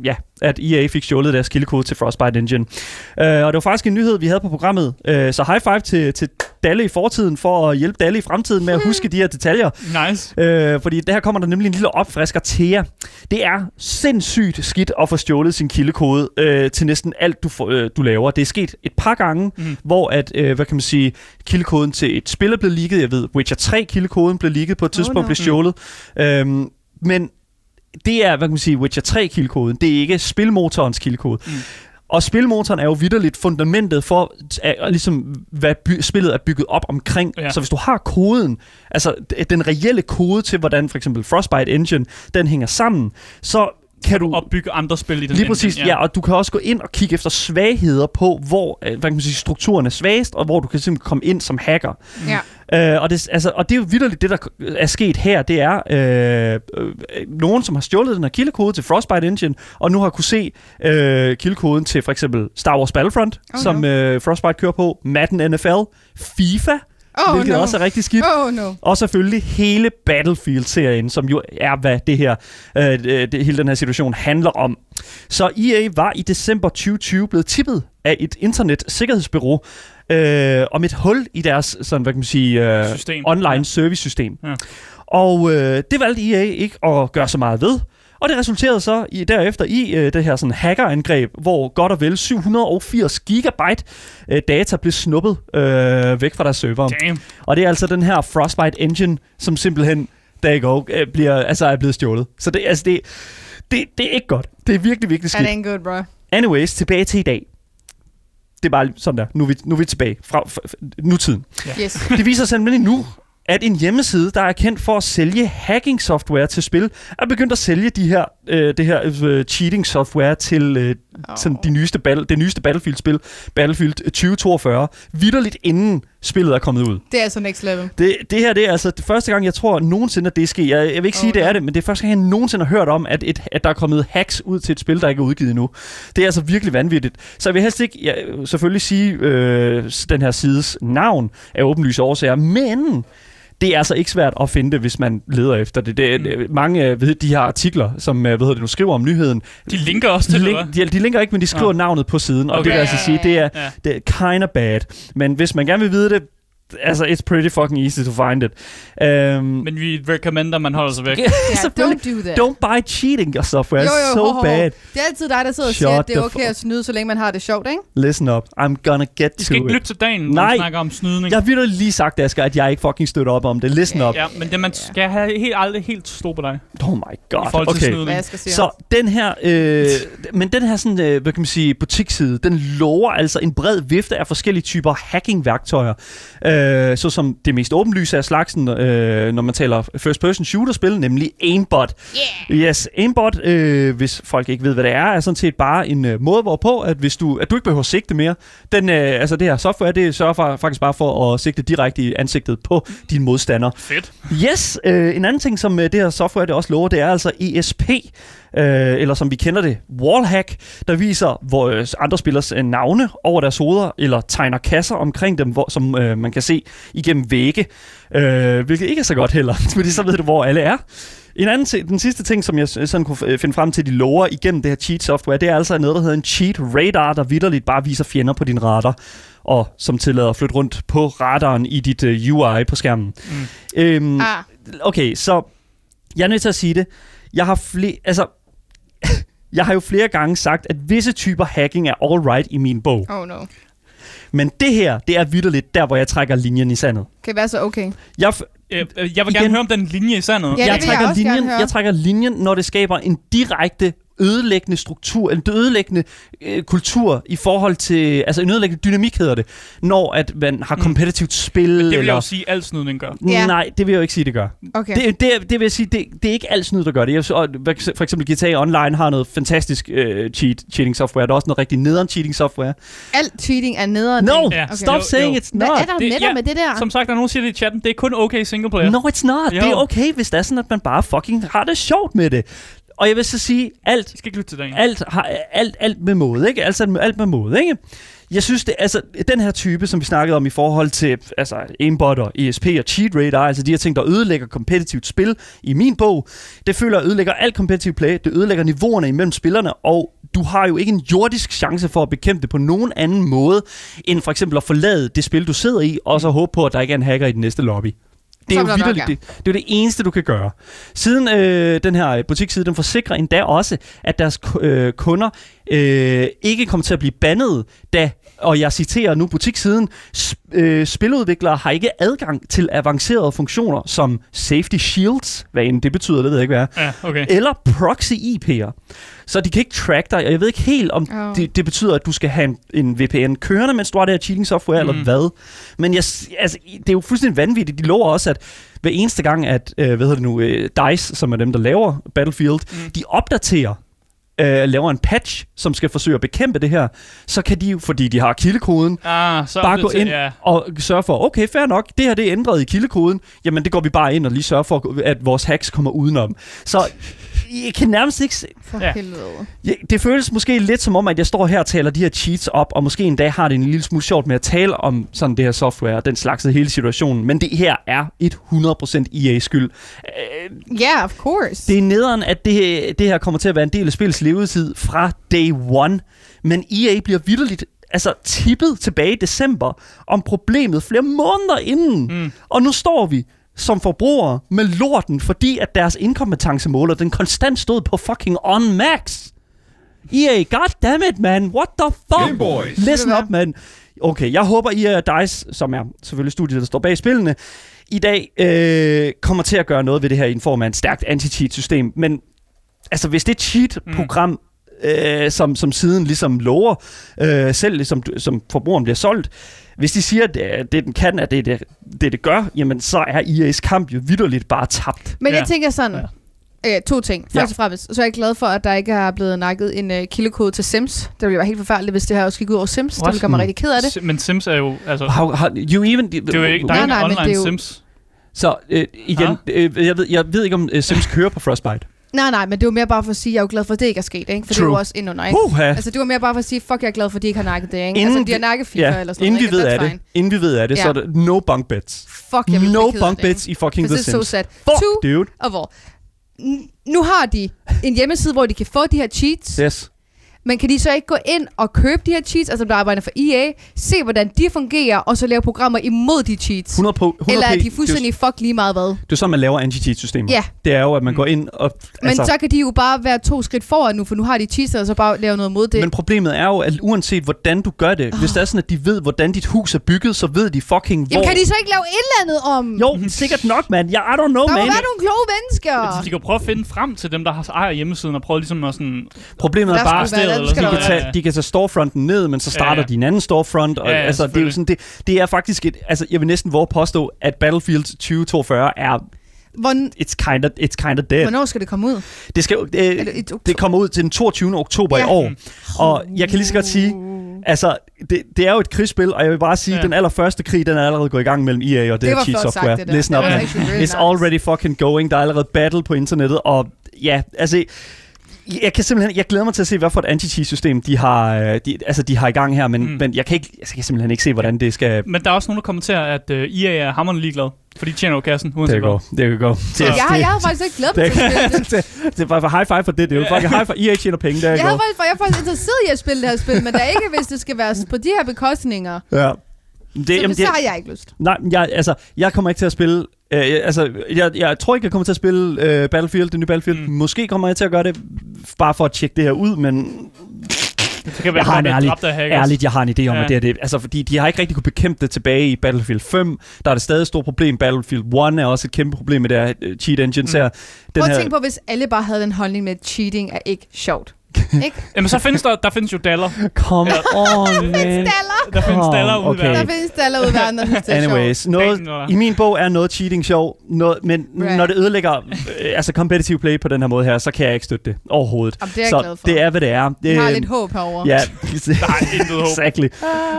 Ja, at EA fik stjålet deres kildekode til Frostbite Engine. Uh, og det var faktisk en nyhed, vi havde på programmet. Uh, så high five til, til Dalle i fortiden for at hjælpe Dalle i fremtiden med at huske de her detaljer.
Nice.
Øh, fordi der her kommer der nemlig en lille opfrisker til jer. Det er sindssygt skidt at få stjålet sin kildekode øh, til næsten alt, du, får, øh, du laver. Det er sket et par gange, mm.
Mhm.
hvor at, øh, hvad kan man sige, kildekoden til et spil er blevet leaget. Jeg ved, Witcher 3 kildekoden blev leaget på et tidspunkt, oh,
no.
blev stjålet. Øhm, men det er, hvad kan man sige, Witcher 3 kildekoden. Det er ikke spilmotorens kildekode. Mm.
Mm.
Og spilmotoren er jo vidderligt fundamentet for, at, ligesom, hvad by, spillet er bygget op omkring. Ja.
Ja.
Så hvis du har koden, altså d- den reelle kode til, hvordan for eksempel Frostbite Engine, den hænger sammen, så kan du...
Opbygge andre spil i den
Lige
engine,
præcis, ja. ja, og du kan også gå ind og kigge efter svagheder på, hvor øh, hvad kan man sige, strukturen er svagest, og hvor du kan simpelthen komme ind som hacker.
Ja.
Øh, og, det, altså, og det er jo vidderligt det, der er sket her. Det er øh, øh, nogen, som har stjålet den her kildekode til Frostbite Engine, og nu har kunne se øh, kildekoden til for eksempel Star Wars Battlefront, oh,
Oh
som no. øh, Frostbite kører på, Madden NFL, FIFA, oh,
Oh,
hvilket
no.
også er rigtig skidt.
Oh, no.
Og selvfølgelig hele Battlefield-serien, som jo er, hvad det her, øh, det, hele den her situation handler om. Så EA var i december 2020 blevet tippet af et internetsikkerhedsbyrå øh, om et hul i deres sådan, hvad kan man sige, øh,
System.
online servicesystem. Ja.
Ja.
Og øh, det valgte EA ikke at gøre så meget ved. Og det resulterede så i, derefter i øh, det her sådan hackerangreb, hvor godt og vel 780 gigabyte øh, data blev snuppet øh, væk fra deres server.
Damn.
Og det er altså den her Frostbite Engine, som simpelthen, der i går, øh, bliver, altså er blevet stjålet. Så det, altså det, det, det er ikke godt. Det er virkelig, virkelig
That
skidt.
ain't good, bro.
Anyways, tilbage til i dag. Det er bare sådan der. Nu er vi, nu er vi tilbage fra fra- fra nutiden.
Yes.
Det viser sig nemlig nu, at en hjemmeside, der er kendt for at sælge hacking software til spil, er begyndt at sælge de her, øh, det her øh, cheating software til øh, sådan de nyeste battle, det nyeste Battlefield-spil, Battlefield 2042, vidderligt inden spillet er kommet ud.
Det er altså next level.
Det, det her det er altså det første gang, jeg tror nogensinde, at det sker. Jeg, jeg vil ikke sige,
Oh,
det er
no.
det, men det er første gang, jeg nogensinde har hørt om, at, et, at der er kommet hacks ud til et spil, der ikke er udgivet endnu. Det er altså virkelig vanvittigt. Så jeg vil helst ikke ja, selvfølgelig sige øh, den her sides navn af åbenlyse årsager, men det er altså ikke svært at finde det, hvis man leder efter det. det er, mm. Mange øh, ved de her artikler, som øh, hvad hedder det, nu skriver om nyheden,
De linker også til
Link, de, de linker ikke, men de skriver
Nå.
navnet på siden, og okay.
Okay.
det vil altså sige, det er,
Ja.
det er kinda bad. Men hvis man gerne vil vide det, altså, it's pretty fucking easy to find it. Um,
Men vi recommender, at man holder sig væk.
Yeah,
Selvfølgelig.
don't do that.
Don't buy cheating your software.
Jo, jo,
so
hov, hov, hov.
bad.
Det er altid dig, der sidder og
Shut
siger, at det er
the
okay
fuck-
at snyde, så længe man har det sjovt, ikke?
Listen up. I'm gonna get
I
to
skal ikke
it.
lytte til dagen, når
Nej.
man snakker om snydning.
Jeg har virkelig lige sagt, Asger, at jeg ikke fucking støtter op om det. Listen up.
Ja, men det man skal have helt aldrig helt stå på dig.
Oh my
I
god.
forhold til
Okay.
snydning.
Hvad jeg skal sige.
Så den her, øh, men den her sådan, øh, hvad kan man sige, butiksside, den lover altså en bred vifte af forskellige typer hacking-værktøjer. Øh, såsom det mest åbenlyse af slagsen, øh, når man taler first-person shooter-spil, nemlig aimbot. Yeah. Yes, aimbot, øh, hvis folk ikke ved, hvad det er, er sådan set bare en øh, måde, hvorpå, at, hvis du, at du ikke behøver sigte mere. Den, øh, altså det her software, det sørger for, faktisk bare for at sigte direkte i ansigtet på din modstander.
Fedt.
Yes, øh, en anden ting, som øh, det her software det også lover, det er altså ESP, øh, eller som vi kender det, wallhack, der viser hvor, øh, andre spillers øh, navne over deres hoveder, eller tegner kasser omkring dem, hvor, som øh, man kan se igennem vægge, øh, hvilket ikke er så godt heller, fordi så ved du, hvor alle er. En anden ting, den sidste ting, som jeg s- sådan kunne f- øh, finde frem til, de lover igennem det her cheat software, det er altså noget, der hedder en cheat radar, der vidderligt bare viser fjender på din radar, og som tillader at flytte rundt på radaren i dit øh, UI på skærmen. Mm. Øhm,
Ah,
okay, så jeg er nødt til at sige det. Jeg har flere, altså, jeg har jo flere gange sagt, at visse typer hacking er all right i min bog.
oh no.
Men det her, det er vidderligt der, hvor jeg trækker linjen i sandet.
Kan være så okay.
Jeg, f-
Øh, øh, jeg vil gerne
Igen.
høre om den linje i sandet.
Ja, det
jeg,
vil jeg
trækker
også
linjen,
gerne høre.
jeg trækker linjen, når det skaber en direkte ødelæggende struktur, en ødelæggende øh, kultur i forhold til, altså en ødelæggende dynamik hedder det, når at man har
Mm.
kompetitivt spil.
Det vil jeg
eller,
jo sige, al snydning gør.
Ja.
Nej, det vil jeg jo ikke sige, det gør.
Okay. Det,
Det, det, det vil jeg sige, det, det er ikke alt snyd, der gør det. Jeg, så- og hvad- for eksempel GTA Online har noget fantastisk øh, cheat, cheating software. Der er også noget rigtig nederen cheating software.
Alt cheating er nederen.
No!
Okay.
Ja.
Stop
Jo,
saying
jo.
it's
Hvad
not.
er der
Det-
med dig
ja,
med det der?
Som sagt, der er nogen, der siger det i chatten, det er kun okay single player.
No, it's not.
Jo.
Det er okay, hvis det er sådan, at man bare fucking har det sjovt med det. Og jeg vil så sige, alt
I skal ikke lytte til dagen.
alt, har, alt, alt med måde, ikke? Altså alt med måde, ikke? Jeg synes, det, altså, den her type, som vi snakkede om i forhold til altså, aimbot og ESP og cheat radar, altså de her ting, der ødelægger kompetitivt spil i min bog, det føler jeg ødelægger alt kompetitivt play, det ødelægger niveauerne imellem spillerne, og du har jo ikke en jordisk chance for at bekæmpe det på nogen anden måde, end for eksempel at forlade det spil, du sidder i, og så håbe på, at der ikke er en hacker i den næste lobby. Det er, jo
Som der nok
vitterligt,
er.
det, det er jo det eneste, du kan gøre. Siden øh, den her øh, butiksside, den forsikrer endda også, at deres ku- øh, kunder øh, ikke kommer til at blive bandet, da, og jeg citerer nu butikssiden, sp- øh, spiludviklere har ikke adgang til avancerede funktioner som safety shields, hvad end det betyder, det ved jeg ikke, hvad er,
Ja, okay.
eller proxy IP'er. Så de kan ikke track dig, og jeg ved ikke helt, om
Åh.
oh. det, det betyder, at du skal have en, en VPN kørende, mens du har det her cheating software, mm.
Mm.
eller hvad. Men jeg, s- altså, i- det er jo fuldstændig vanvittigt. De lover også, at hver eneste gang, at øh, hvad hedder det nu, øh, DICE, som er dem, der laver Battlefield,
Mm.
mm. de opdaterer øh, laver en patch, som skal forsøge at bekæmpe det her, så kan de jo, fordi de har kildekoden,
Ah, så er
bare
det
gå
til-
ind
Ja.
og sørge for, okay, fair nok, det her det er ændret i kildekoden, jamen det går vi bare ind og lige sørger for, at vores hacks kommer udenom. Så jeg kan nærmest ikke... se-
For
Ja.
helvede.
Jeg, det føles måske lidt som om, at jeg står her og taler de her cheats op, og måske endda har det en lille smule sjovt med at tale om sådan det her software og den slags af hele situationen, men det her er 100% EA's E skyld. Øh,
Yeah, of course.
det er nederen, at det, det her kommer til at være en del af spillets levetid fra day one. Men EA bliver vidderligt altså, tippet tilbage i december om problemet flere måneder inden.
Mm.
Mm. Og nu står vi som forbrugere med lorten, fordi at deres inkompetencemåler, den konstant stod på fucking on max. E EA, goddammit, man. What the fuck?
Game Boys.
Listen up, man. Okay, jeg håber, I og DICE, som er selvfølgelig studiet, der står bag spillene, i dag øh, kommer til at gøre noget ved det her i en form af en stærkt anti-cheat-system. Men altså, hvis det cheat-program, mm. øh, som, som siden ligesom lover, øh, selv ligesom, du- som forbrugeren bliver solgt, hvis de siger, at det, det den kan, at det, det, det, det gør, jamen så er IA's kamp jo vidderligt bare tabt.
Men
Ja.
jeg tænker sådan, øh, to ting. Først
Ja.
og fremmest, så er jeg glad for, at der ikke er blevet nakket en øh, kildekode til Sims. Det ville være helt forfærdeligt, hvis det her også gik ud over Sims.
What?
Det ville gøre mig rigtig ked af det.
Si- Men Sims er jo, altså,
How, how, you even,
det er jo ikke, der er
Nej,
ikke
nej, men
online
det er jo-
Sims.
Så øh, igen, øh, jeg, ved, jeg ved ikke, om øh, Sims kører på Frostbite.
Nej, nej, men det var mere bare for at sige, at jeg er jo glad for, at det ikke er sket, ikke? For det
True.
var også endnu nej.
Puha.
Altså, det var mere bare for at sige, fuck, jeg er glad for, at de ikke har nakket det, ikke?
Inden
altså, de har
vi-
nakket FIFA eller sådan
inden
noget,
vi ved
ikke?
af
That's
det,
fine.
inden vi ved af det,
Ja.
så er der no bunk beds.
Fuck, jeg vil
No bunk beds i fucking
This
The
is so
Sims.
sad. To,
Fuck, dude.
og hvor? N- Nu har de en hjemmeside, hvor de kan få de her cheats,
Yes.
Men kan de så ikke gå ind og købe de her cheats, altså dem, der arbejder for EA, se hvordan de fungerer, og så lave programmer imod de cheats?
100 på, 100
Eller er
p.
de fuldstændig fuck lige meget hvad?
Det er jo sådan, man laver anti-cheat-systemer.
Ja.
Det er jo, at man går ind og...
Men altså, så kan de jo bare være to skridt foran nu, for nu har de cheats, og så bare lave noget mod det.
Men problemet er jo, at uanset hvordan du gør det, oh. hvis det er sådan, at de ved, hvordan dit hus er bygget, så ved de fucking, hvor...
Jamen, kan de så ikke lave et eller andet om?
Jo, sikkert nok, mand. Jeg I don't know,
der
man.
må være nogle kloge mennesker.
Ja. Altså, De kan jo prøve at finde frem til dem, der har ejer hjemmesiden, og prøve ligesom at sådan...
Problemet
Der
er bare,
skulle være- der
eller
skal
de
sådan
kan,
der
noget.
tage, de kan tage storefronten ned, men så starter
Ja,
ja,
ja.
de en anden storefront. Og,
Ja, ja,
altså, det, er jo sådan, det, det er faktisk et... Altså, jeg vil næsten våge at påstå, at Battlefield 2042 er...
Hvorn-
It's kind of, it's kind of dead.
Hvornår skal det komme ud?
Det, skal, jo- øh,
Er det et oktober?
det kommer ud til den 22. oktober
Ja. Uh.
i år. Og jeg kan lige så godt sige, altså, det, det er jo et krigsspil, og jeg vil bare sige,
Ja.
ja. den allerførste krig, den er allerede gået i gang mellem EA og det,
Det
her
var
cheat
flot sagt,
software.
det der.
Listen
Det
up,
var
man.
actually really
It's
nice.
already fucking going. Der er allerede battle på internettet, og ja, altså... Jeg kan simpelthen, jeg glæder mig til at se, hvad for et anti-cheat-system de har, øh, de, altså de har i gang her, men,
Mm.
mm. men jeg, kan ikke, altså, jeg kan simpelthen ikke se, hvordan det skal...
Men der er også nogen, der kommenterer, at øh, IA er hammerende ligeglad, for de tjener jo kassen,
Det
uanset
kan gå, det kan gå.
Jeg,
Det-
jeg havde faktisk ikke glemt
Det-
det. det.
Det er bare for high five for det, det er jo fucking high five. EA tjener penge, der
Jeg,
går.
havde faktisk, jeg er faktisk interesseret i at spille det her spil, men der er ikke, hvis det skal være på de her bekostninger.
Ja. Det,
Det, så,
jamen,
det, så har jeg ikke lyst.
Nej, men jeg, altså, jeg kommer ikke til at spille... Øh, jeg- altså, jeg, jeg tror ikke, jeg kommer til at spille øh, Battlefield, det nye Battlefield.
Mm.
Mm. Måske kommer jeg til at gøre det, bare for at tjekke det her ud, men
Det kan være,
Jeg har
at
en
man er
ærlig-
dræbt af hackers.
ærligt, jeg har en idé
Ja.
om, ja. at det er det. Altså, fordi de har ikke rigtig kunne bekæmpe det tilbage i Battlefield 5. Der er det stadig et stort problem. Battlefield 1 er også et kæmpe problem med det her øh, cheat engines
Mm.
her. Den
Prøv at
her
tænke på, hvis alle bare havde den holdning med, at cheating er ikke sjovt.
Øh,
Ikke?
Jamen, så findes der, der findes jo daller.
Come on, man.
Staller!
Der findes
Åh,
daller
okay.
okay.
Der findes staller ud i verden, der synes, det er sjovt.
Anyways, noget,
Dagen, eller?
i min bog er noget cheating sjov, noget, men
Right.
right. når det ødelægger øh, altså competitive play på den her måde her, så kan jeg ikke støtte det overhovedet.
Jamen, det er jeg
så
glad for.
det er, hvad det er. Det,
Vi har lidt håb herovre. Ah.
Ja,
Der er intet håb.
exactly.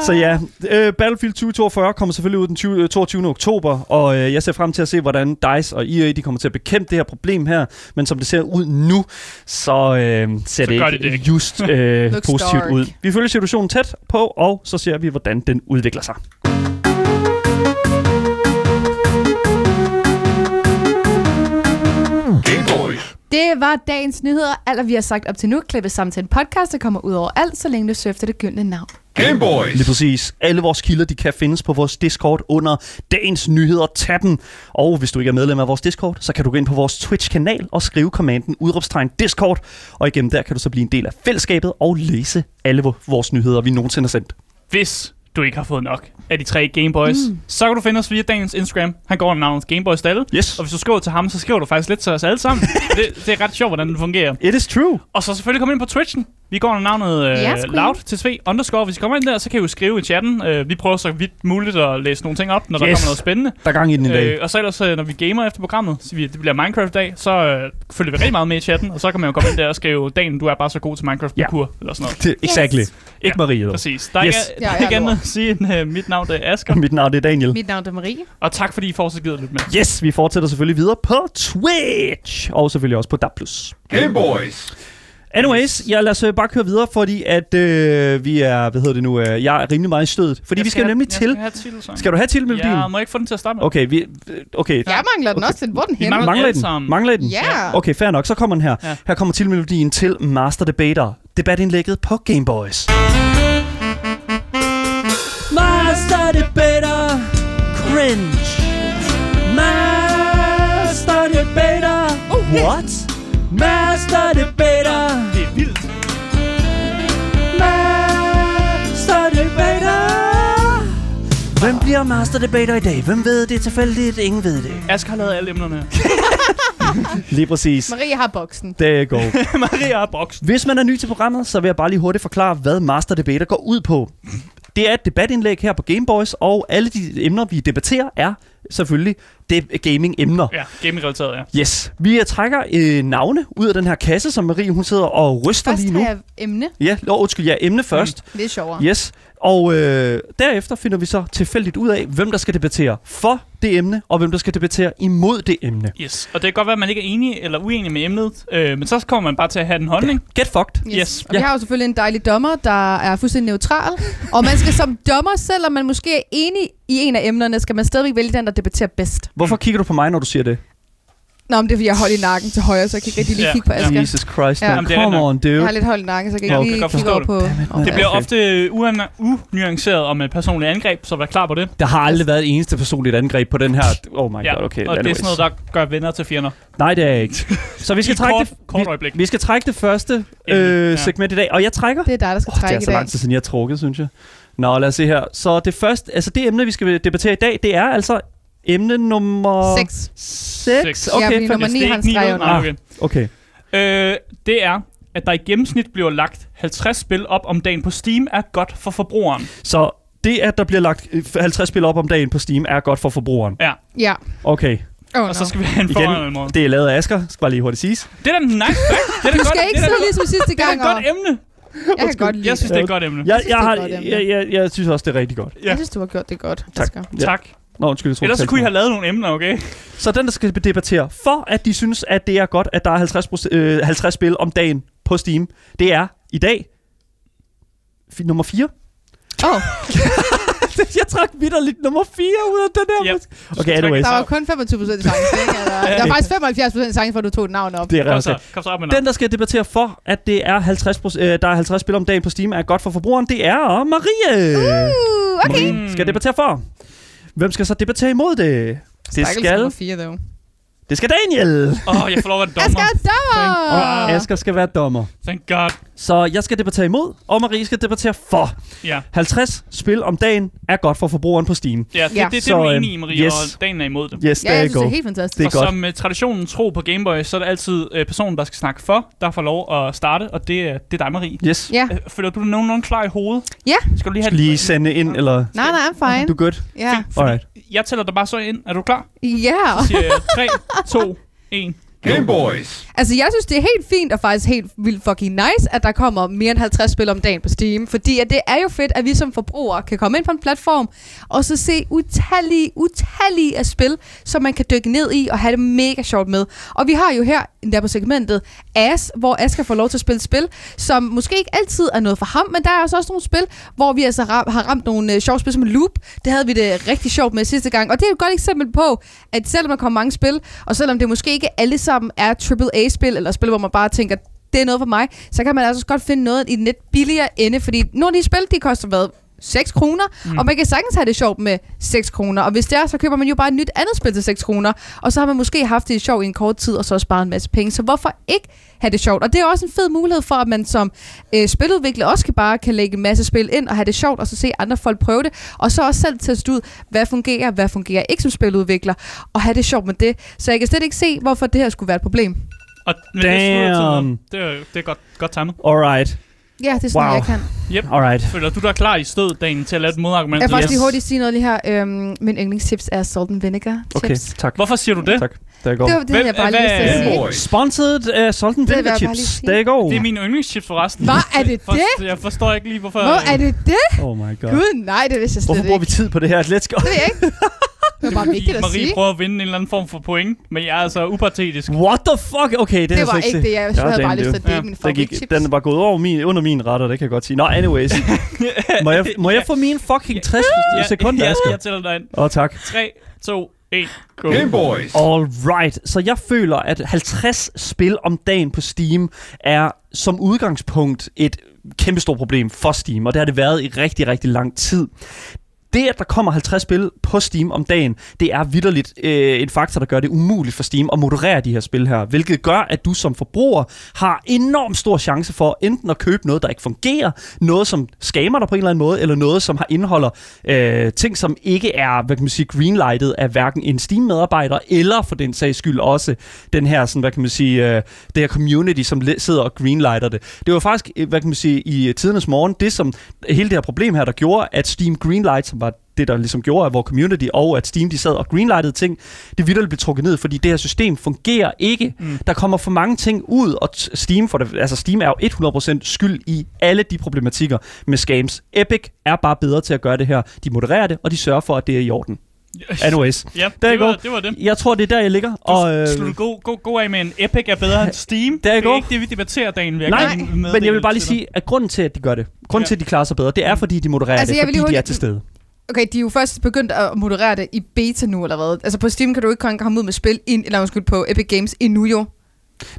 Så ja, øh, Battlefield 2042 kommer selvfølgelig ud den 20, øh, 22. oktober, og øh, jeg ser frem til at se, hvordan DICE og EA de kommer til at bekæmpe det her problem her. Men som det ser ud nu, så øh, ser
gør
det,
de det ikke.
just øh,
Looks
positivt
dark.
ud. Vi følger situationen tæt på, og så ser vi, hvordan den udvikler sig.
Det var dagens nyheder. Alt, hvad vi har sagt op til nu, klippes sammen til en podcast, der kommer ud over alt, så længe du søger efter det gyldne navn.
Game Boys.
Lige præcis. Alle vores kilder, de kan findes på vores Discord under dagens nyheder. Tag den. Og hvis du ikke er medlem af vores Discord, så kan du gå ind på vores Twitch-kanal og skrive kommanden udråbstegn Discord. Og igennem der kan du så blive en del af fællesskabet og læse alle vo- vores nyheder, vi nogensinde har sendt.
Hvis du ikke har fået nok af de tre Gameboys, mm. så kan du finde os via dagens Instagram. Han går under navnet Gameboys Dalle.
Yes.
Og hvis du skriver til ham, så skriver du faktisk lidt til os alle sammen. det, det er ret sjovt, hvordan det fungerer.
It is true.
Og så selvfølgelig kom ind på Twitchen. Vi går under navnet øh,
Ja,
yes,
sgu.
loud til sv underscore. Hvis I kommer ind der, så kan I jo skrive i chatten. Øh, vi prøver så vidt muligt at læse nogle ting op, når yes. der
Yes.
kommer noget spændende.
Der er gang i den i dag.
Øh, og så ellers, øh, når vi gamer efter programmet, så vi, det bliver Minecraft-dag, så øh, følger vi rigtig meget med i chatten, og så kan man jo komme ind der og skrive, dagen du er bare så god til minecraft
Ja.
ja. kur eller sådan noget.
Det, exactly. Yes. Ikke
Ja,
Marie. dog.
Præcis. Der er yes.
Yes.
ikke, der er
Ja,
ikke
ja,
andet at sige end, øh, mit navn det er Asger,
Mit navn det er Daniel.
Mit navn er Marie.
og tak fordi I fortsat gider at lytte med.
Yes, vi fortsætter selvfølgelig videre på Twitch. Og selvfølgelig også på DAB+.
Game Boys.
Anyways, ja, lad os øh, bare køre videre, fordi at øh, vi er, hvad hedder det nu, øh, jeg er rimelig meget i stødet. Fordi
Jeg
vi skal,
have-
nemlig
jeg
til...
Skal have titelsangen.
Skal du have titelmelodien?
Ja, må jeg ikke få den til at starte med?
Okay, vi, øh, okay.
Jeg mangler den
Okay.
også lidt. Hvor er den
Vi
henne?
mangler-
Mangler I
alle
den?
sammen.
Mangler I den?
Ja.
Okay, fair nok. Så kommer den her.
Ja.
Her kommer titelmelodien til Master Debater. Debatindlægget på Game Boys. Master Debater. Cringe. Master Debater. What? Master Debater.
Det er vildt.
Master Debater! Hvem bliver Master Debater i dag? Hvem ved det tilfældigt? Ingen ved det.
Asger har lavet alle emnerne.
Lige præcis.
Marie har boksen.
Det går.
Maria er boksen.
Hvis man er ny til programmet, så vil jeg bare lige hurtigt forklare, hvad Master Debater går ud på. Det er et debatindlæg her på Gameboys, og alle de emner, vi debatterer, er selvfølgelig de- gaming-emner.
Ja, gaming-relateret, ja.
Yes. Vi øh, trækker øh, navne ud af den her kasse, som Marie hun sidder og ryster
Først
lige nu.
har jeg emne.
Ja, nå, undskyld, ja, emne først.
Det er sjovere.
Yes, og øh, derefter finder vi så tilfældigt ud af, hvem der skal debattere for det emne, og hvem der skal debattere imod det emne.
Yes, og det kan godt være, at man ikke er enig eller uenig med emnet, øh, men så kommer man bare til at have den holdning.
Get fucked.
Yes.
Og vi
Ja.
har jo selvfølgelig en dejlig dommer, der er fuldstændig neutral. og man skal som dommer, selvom man måske er enig i en af emnerne, skal man stadigvæk vælge den, der debatterer bedst.
Hvorfor kigger du på mig, når du siger det?
Nå, men det er, fordi jeg har holdt i nakken til højre, så jeg kan ikke rigtig lige
Ja.
kigge på Asger.
Jesus Christ,
Ja.
man.
Jamen, det er
Come
rigtig
on,
Jeg
dude.
har lidt hold i nakken, så jeg
Nå,
kan ikke
jeg
lige
kan
kigge over
godt
på...
Dammit,
Det
mand.
bliver
Okay.
ofte øh, uan- unuanceret om et personligt angreb, så vær klar på det.
Der har aldrig været et eneste personligt angreb på den her... Oh my god, okay.
og det er
anyways.
sådan noget, der gør venner til fjender.
Nej, det er jeg ikke. Så vi skal
I et
trække
kort,
det,
kort
vi,
øjeblik.
vi skal trække det første
Emne, ja.
øh, segment i dag, og jeg trækker.
Det er dig, der skal
Åh, det
trække
er
altså
så
i dag.
lang tid siden, jeg har trukket, synes jeg. Nå, lad os se her. Så det første, altså det emne, vi skal debattere i dag, det er altså emne nummer...
Seks.
6?
Seks.
Ja,
Okay,
fordi
ja,
nummer
Yes,
ni
det er
har
ikke
en streg
niende.
under.
Nej, okay.
okay.
Øh, det er, at der i gennemsnit bliver lagt 50 spil op om dagen på Steam, er godt for forbrugeren.
Så det, at der bliver lagt øh, 50 spil op om dagen på Steam, er godt for forbrugeren.
Ja,
Ja.
Okay.
Oh, no.
og så skal vi have en forhånd måde.
Igen, det er lavet af Asger, skal bare lige hurtigt siges.
Det er da en nice fact. Det er da
Du
godt,
skal ikke
det er da
sidde
godt-
ligesom sidste
det er
gang.
da et godt
og-
emne.
Jeg kan godt lide
Jeg synes, det er et godt emne.
Jeg,
synes,
jeg,
det er
har,
et godt
jeg,
emne.
jeg, jeg, jeg synes også, det er rigtig godt.
Ja.
Jeg synes, du har gjort det godt,
Tak.
Asger.
Ja.
Tak.
Nå, undskyld, jeg tror,
Ellers så kunne I have lavet nogle emner, okay?
Så den, der skal debattere for, at de synes, at det er godt, at der er 50, proc- øh, 50 spil om dagen på Steam, det er i dag fi- nummer 4.
Åh,
jeg trak vidderligt nummer 4 ud af den her.
Yep.
Yep. Okay, anyways.
der var kun 25 procent i sangen. ikke? Eller, der var faktisk 75 procent i sangen, for du tog et navn op.
Det er
Kom
ret
så,
okay.
kom så op med noget.
Den, der skal debattere for, at det er 50 proc- øh, der er 50 spil om dagen på Steam, er godt for forbrugeren, det er Marie.
Uh, okay.
Marie skal debattere for. Hvem skal så debattere imod det? Det
Stakkels
skal,
ligesom nummer fire, dog.
det skal Daniel.
Åh, jeg får lov at være dommer.
Asger er dommer!
Og Asger skal være dommer.
Thank God.
Så jeg skal debattere imod, og Marie skal debattere for.
Ja,
50 spil om dagen er godt for forbrugeren på Steam.
ja det,
Ja.
det, det, det
Så,
er du
øhm,
enig i, Marie,
yes.
og dagen er imod det.
Yes,
Ja, jeg synes, det er helt fantastisk.
Det er
og
godt.
som uh, traditionen tro på Gameboy, så er det altid uh, personen, der skal snakke for, der får lov at starte, og det, er- det er dig, Marie.
Yes.
Ja.
Uh, føler du dig nogenlunde klar i hovedet?
Ja.
Skal du lige have
Du skal lige sende ind, eller...
Nej, nej, I'm fine.
Du er good?
Ja.
Alright.
Jeg tæller dig bare så ind. Er du klar?
Ja.
Siger 3, 2, 1.
Game Boys.
Altså, jeg synes, det er helt fint og faktisk helt vildt fucking nice, at der kommer mere end 50 spil om dagen på Steam. Fordi at det er jo fedt, at vi som forbrugere kan komme ind på en platform og så se utallige, utallige af spil, som man kan dykke ned i og have det mega sjovt med. Og vi har jo her endda på segmentet As, hvor Asger får lov til at spille spil, som måske ikke altid er noget for ham, men der er altså også nogle spil, hvor vi altså ram- har ramt nogle øh, sjove spil som Loop. Det havde vi det rigtig sjovt med sidste gang, og det er et godt eksempel på, at selvom der kommer mange spil, og selvom det måske ikke alle sammen er AAA-spil, eller spil, hvor man bare tænker, det er noget for mig, så kan man altså også godt finde noget i den lidt billigere ende, fordi nogle af de spil, de koster hvad? 6 kroner, mm. og man kan sagtens have det sjovt med 6 kroner, og hvis det er, så køber man jo bare et nyt andet spil til 6 kroner, og så har man måske haft det sjovt i en kort tid, og så sparet en masse penge, så hvorfor ikke have det sjovt? Og det er også en fed mulighed for, at man som øh, spiludvikler også kan bare kan lægge en masse spil ind, og have det sjovt, og så se andre folk prøve det, og så også selv teste ud, hvad fungerer, hvad fungerer ikke som spiludvikler, og have det sjovt med det, så jeg kan slet ikke se, hvorfor det her skulle være et problem.
Og, men det er
Damn.
sådan, Det er, det er godt, godt timet.
Alright.
Ja, det er sådan,
Wow.
wow. jeg kan.
Yep.
Alright.
Føler du dig klar i stød, dagen til at lave et modargument?
Jeg vil faktisk
Yes.
lige hurtigt sige noget lige her. Øhm, min yndlingstips er salt and vinegar chips.
Okay, tak.
Hvorfor siger du det?
Tak. Der går.
Det var det,
Hvem-
jeg bare
hvad-
lige ville
Game
Game
sige.
Boys.
Sponsored af Solten
vil jeg
Vinegar
bare lige
Chips.
sige.
Der går.
Det er min yndlingschips forresten.
Hvad? Er det
For-
det?
Jeg forstår ikke lige, hvorfor...
Hvor er det det?
Oh my god.
Gud, nej, det vidste jeg slet
Hvorfor bruger
ikke.
vi tid på det her? Let's go.
Det ved jeg ikke. Det var bare
fordi
vigtigt at
Marie
sige.
prøver at vinde en eller anden form for point, men jeg er altså upartetisk.
What the fuck? Okay, det,
Det
er altså
var
slet
ikke det, jeg
Ja,
havde
damn,
bare lyst til at
det-
dele
ja,
min
Den, gik,
favoritchips.
den var gået over min, under min retter, det kan jeg godt sige. Nå, anyways. må, jeg, må jeg få min fucking 60 sekunder,
jeg,
Asger?
jeg tæller dig ind.
Åh, oh, tak.
3, 2, 1, go.
Game Boys.
All right, så jeg føler, at 50 spil om dagen på Steam er som udgangspunkt et kæmpestort problem for Steam, og det har det været i rigtig, rigtig lang tid. Det, at der kommer 50 spil på Steam om dagen, det er vidderligt øh, en faktor, der gør det umuligt for Steam at moderere de her spil her, hvilket gør, at du som forbruger har enormt stor chance for enten at købe noget, der ikke fungerer, noget, som skamer dig på en eller anden måde, eller noget, som har indeholder øh, ting, som ikke er, hvad kan man sige, greenlightet af hverken en Steam-medarbejder, eller for den sags skyld også den her, sådan, hvad kan man sige, øh, det her community, som le- sidder og greenlighter det. Det var faktisk, øh, hvad kan man sige, i tidernes morgen, det som hele det her problem her, der gjorde, at Steam Greenlight, som var det, der ligesom gjorde, at vores community og at Steam, de sad og greenlightede ting, det vidderligt blev trukket ned, fordi det her system fungerer ikke. Mm. Der kommer for mange ting ud, og t- Steam, for det, altså Steam er jo 100% skyld i alle de problematikker med scams. Epic er bare bedre til at gøre det her. De modererer det, og de sørger for, at det er i orden. Anyways.
Ja,
Der
det
går.
var, det var det.
Jeg tror, det er der, jeg ligger.
Og,
Og,
øh,
øh,
Slut god, god, god af med en Epic er bedre end Steam.
Der er
det er
god.
ikke det, vi debatterer dagen. Vil jeg
nej,
gerne meddele
men jeg vil bare lige
til dig.
sige, at grunden til, at de gør det, grunden
Ja. Mm.
til, at de klarer sig bedre, det er, fordi de modererer
Altså,
det,
jeg vil lige
fordi de er
hurtigt-
til stede.
Okay, de er jo først begyndt at moderere det i beta nu, eller hvad? Altså på Steam kan du ikke kun komme ud med spil, ind, eller undskyld, på Epic Games endnu jo.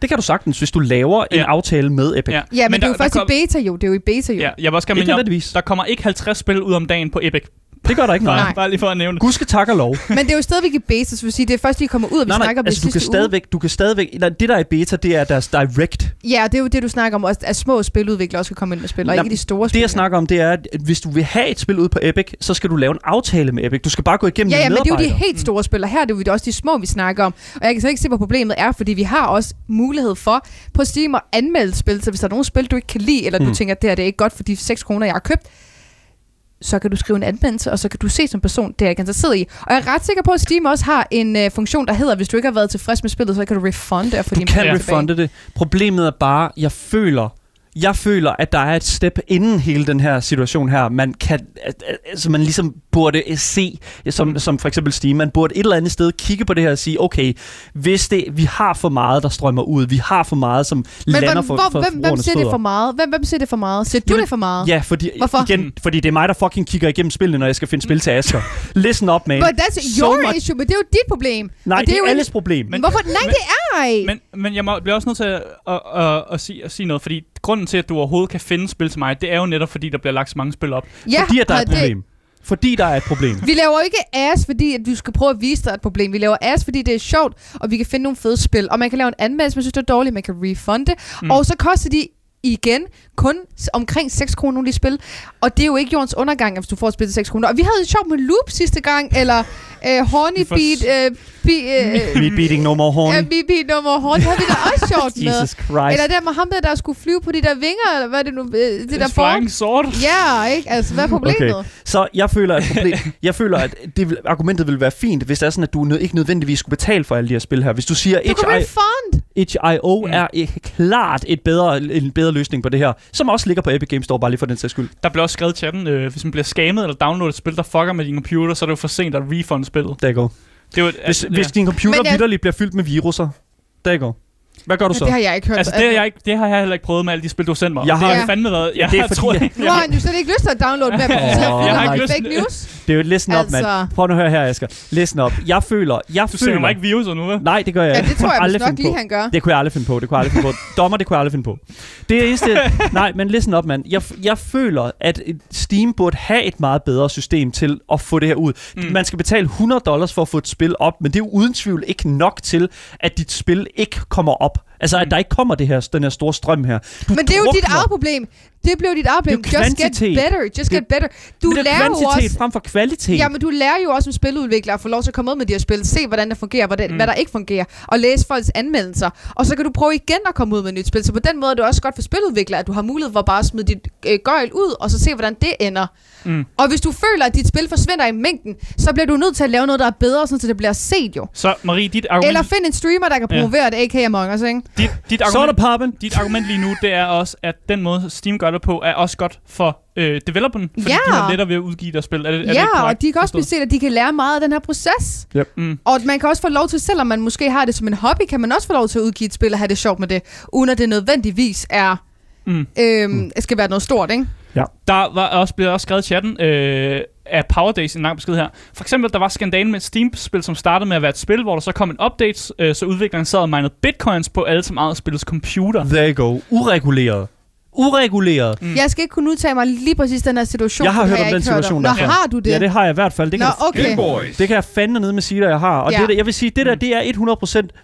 Det kan du sagtens, hvis du laver en
Ja.
aftale med Epic.
Ja.
Ja.
Ja, men, men
der-
det er jo
der
først
kom-
i beta jo. Det er jo i beta jo.
Ja, jeg vil også gerne
Ikke
minde om,
nødvendigvis.
der kommer ikke 50 spil ud om dagen på Epic.
Det gør der ikke noget.
Bare,
Nej.
bare lige for at nævne det.
Gud skal tak og lov.
Men det er jo stadigvæk i beta, så det vil sige, det er først, de kommer ud, og vi
Nej, nej,
snakker om
altså du
det
kan,
sidste
stadigvæk, du kan stadigvæk... Nej, det der er i beta, det er deres direct.
uge. Ja, og det er jo det, du snakker om, også, at små spiludviklere også kan komme ind med spil, og
Nej,
ikke de store
Det
spil.
jeg snakker om, det er, at hvis du vil have et spil ud på Epic, så skal du lave en aftale med Epic. Du skal bare gå igennem
Ja, ja,
dine
men det er jo de
medarbejdere.
helt store spil, og her er det jo også de små, vi snakker om. Og jeg kan slet ikke se, hvor problemet er, fordi vi har også mulighed for på Steam at anmelde spil, så hvis der er nogle spil, du ikke kan lide, eller du
Mm.
tænker, at det her det er ikke godt for de 6 kroner, jeg har købt, så kan du skrive en anmeldelse, og så kan du se som person, det er jeg ikke interesseret i. Og jeg er ret sikker på, at Steam også har en øh, funktion, der hedder, hvis du ikke har været tilfreds med spillet, så kan du refunde og få
Du
dine
kan
penge tilbage.
refunde det. Problemet er bare, jeg føler, jeg føler, at der er et step inden hele den her situation her, man kan, at- at- altså man ligesom burde se, øh, som, som for eksempel Steam, man burde et eller andet sted kigge på det her og sige, okay, hvis det, vi har for meget, der strømmer ud, vi har for meget, som
Men
lander
hvem,
for,
hvor,
for
hvem, hvem
forbrugernes
ser det
fødder.
for meget? Hvem, hvem ser det for meget? Ser du
Jamen,
det for meget?
Ja, fordi, øh,
Hvorfor?
Igen, fordi det er mig, der fucking kigger igennem spillene, når jeg skal finde spil til Asger. Listen up, man.
But that's
So
your
much-
issue, men det er jo dit problem.
Nej,
Og
det, det
jo
er
en-
alles problem.
Men-
Hvorfor? Nej,
men-
det er ej.
Men, men jeg må, bliver også nødt til at, at, at, at, sige, at sige noget, fordi grunden til, at du overhovedet kan finde spil til mig, det er jo netop, fordi der bliver lagt så mange spil op.
ja,
fordi at der er
og
et problem. Fordi der er et problem.
Vi laver jo ikke ass, fordi at du skal prøve at vise dig et problem. Vi laver ass, fordi det er sjovt, og vi kan finde nogle fede spil. Og man kan lave en anmeldelse, man synes, det er dårligt, man kan refunde. Mm. Og så koster de igen kun s- omkring 6 kroner nogle af de spil. Og det er jo ikke jordens undergang, hvis du får et spil til 6 kroner. Og vi havde en sjov med Loop sidste gang, eller øh, Horny
Vi får s-
Beat... Øh, bi, øh,
Meat beating no more horn.
Ja, Bibi nummer Horn, havde vi da også sjovt med.
Jesus Christ.
Eller der med ham der, der skulle flyve på de der vinger, eller hvad er det nu? øh, Det der
Flying
form.
Sword.
Ja, ikke? Altså, hvad er problemet? Okay.
Så jeg føler, at, problem, jeg føler, at det, vil- argumentet vil være fint, hvis det er sådan, at du nød, ikke nødvendigvis skulle betale for alle de her spil her. Hvis du siger,
Du kan
at
refund.
HIO
Mm.
er et, klart et bedre, en bedre løsning på det her, som også ligger på Epic Games Store, bare lige for den sags skyld.
Der bliver også skrevet i chatten, øh, hvis man bliver scammet eller downloadet et spil, der fucker med din computer, så er det jo for sent at refund spillet.
Der går.
Det er jo,
Hvis,
altså,
hvis din computer
Men jeg-
vidderligt bliver fyldt med viruser, der går. Hvad gør du så?
Ja, det har jeg ikke hørt.
Altså, det har, jeg ikke, det har jeg heller ikke prøvet med alle de spil, du har sendt mig.
Jeg
Og det
har-
har fandme været... Jeg
det er
har
fordi,
troet-
jeg-
Nu har han jo slet ikke lyst til at downloade med, men så
Åh, jeg har
har
ikke
ikke
lyst
fake
til-
news.
Det er jo et listen altså...
Altså.
op, mand. Prøv nu at høre her, Asger. Listen op. Jeg føler... Jeg
Du sender
føler...
mig ikke viruser nu, vel?
Nej, det gør jeg
Ja,
ikke.
det tror jeg
Kunne
vist nok
finde
lige,
på.
han gør.
Det kunne jeg aldrig finde på. Det kunne jeg aldrig finde på. Dommer, det kunne jeg aldrig finde på. Det er eneste... Nej, men listen op, mand. Jeg, jeg føler, at et- Steam burde have et meget bedre system til at få det her ud. Mm. Man skal betale 100 dollars for at få et spil op, men det er jo uden tvivl ikke nok til, at dit spil ikke kommer op. Altså, at der ikke kommer det her, den her store strøm her. Du
Men det er jo dit
drukner.
eget problem. Det blev dit eget problem.
Det er jo
Just get
kvantitet.
better. Just get better. Du
Men det er
lærer jo
kvantitet
også...
frem for kvalitet.
Ja, men du lærer jo også som spiludvikler at få lov til at komme ud med de her spil, se hvordan det fungerer, hvordan, mm. hvad der ikke fungerer, og læse folks anmeldelser. Og så kan du prøve igen at komme ud med et nyt spil. Så på den måde er det også godt for spiludviklere, at du har mulighed for bare at smide dit øh, gøjl ud, og så se hvordan det ender.
Mm.
Og hvis du føler, at dit spil forsvinder i mængden, så bliver du nødt til at lave noget, der er bedre, sådan, så det bliver set jo.
Så Marie, dit argument,
Eller find en streamer, der kan
Ja.
promovere ja. det, a.k.a. Among Us, ikke?
dit, dit,
Så er der
argument,
poppen.
dit argument lige nu, det er også, at den måde, Steam gør det på, er også godt for øh, developeren, fordi
Ja.
de har lettere ved at udgive deres spil. Er det, er det
Ja,
korrekt
og de kan også blive
forstået?
set, at de kan lære meget af den her proces.
Yep.
Mm.
Og at man kan også få lov til, selvom man måske har det som en hobby, kan man også få lov til at udgive et spil og have det sjovt med det, uden at det nødvendigvis er,
Mm.
øhm, skal være noget stort, ikke?
Der var også, blev også skrevet i chatten øh, af Power Days en lang besked her. For eksempel, der var skandalen med et Steam-spil, som startede med at være et spil, hvor der så kom en update, øh, så udvikleren sad og minede bitcoins på alle, som ejede spillets computer.
There you go. Ureguleret. Ureguleret.
Mm. Jeg skal ikke kunne udtale mig lige præcis den her situation.
Jeg har
det
hørt om
jeg
den
ikke hørt
situation
Nå,
der før.
har du det?
Ja, det har jeg i hvert fald. Det kan,
Nå,
du-
okay.
det kan jeg fandme ned med sige, at jeg har. Og
Ja. Mm.
ja. det, der, jeg vil sige, det der, det er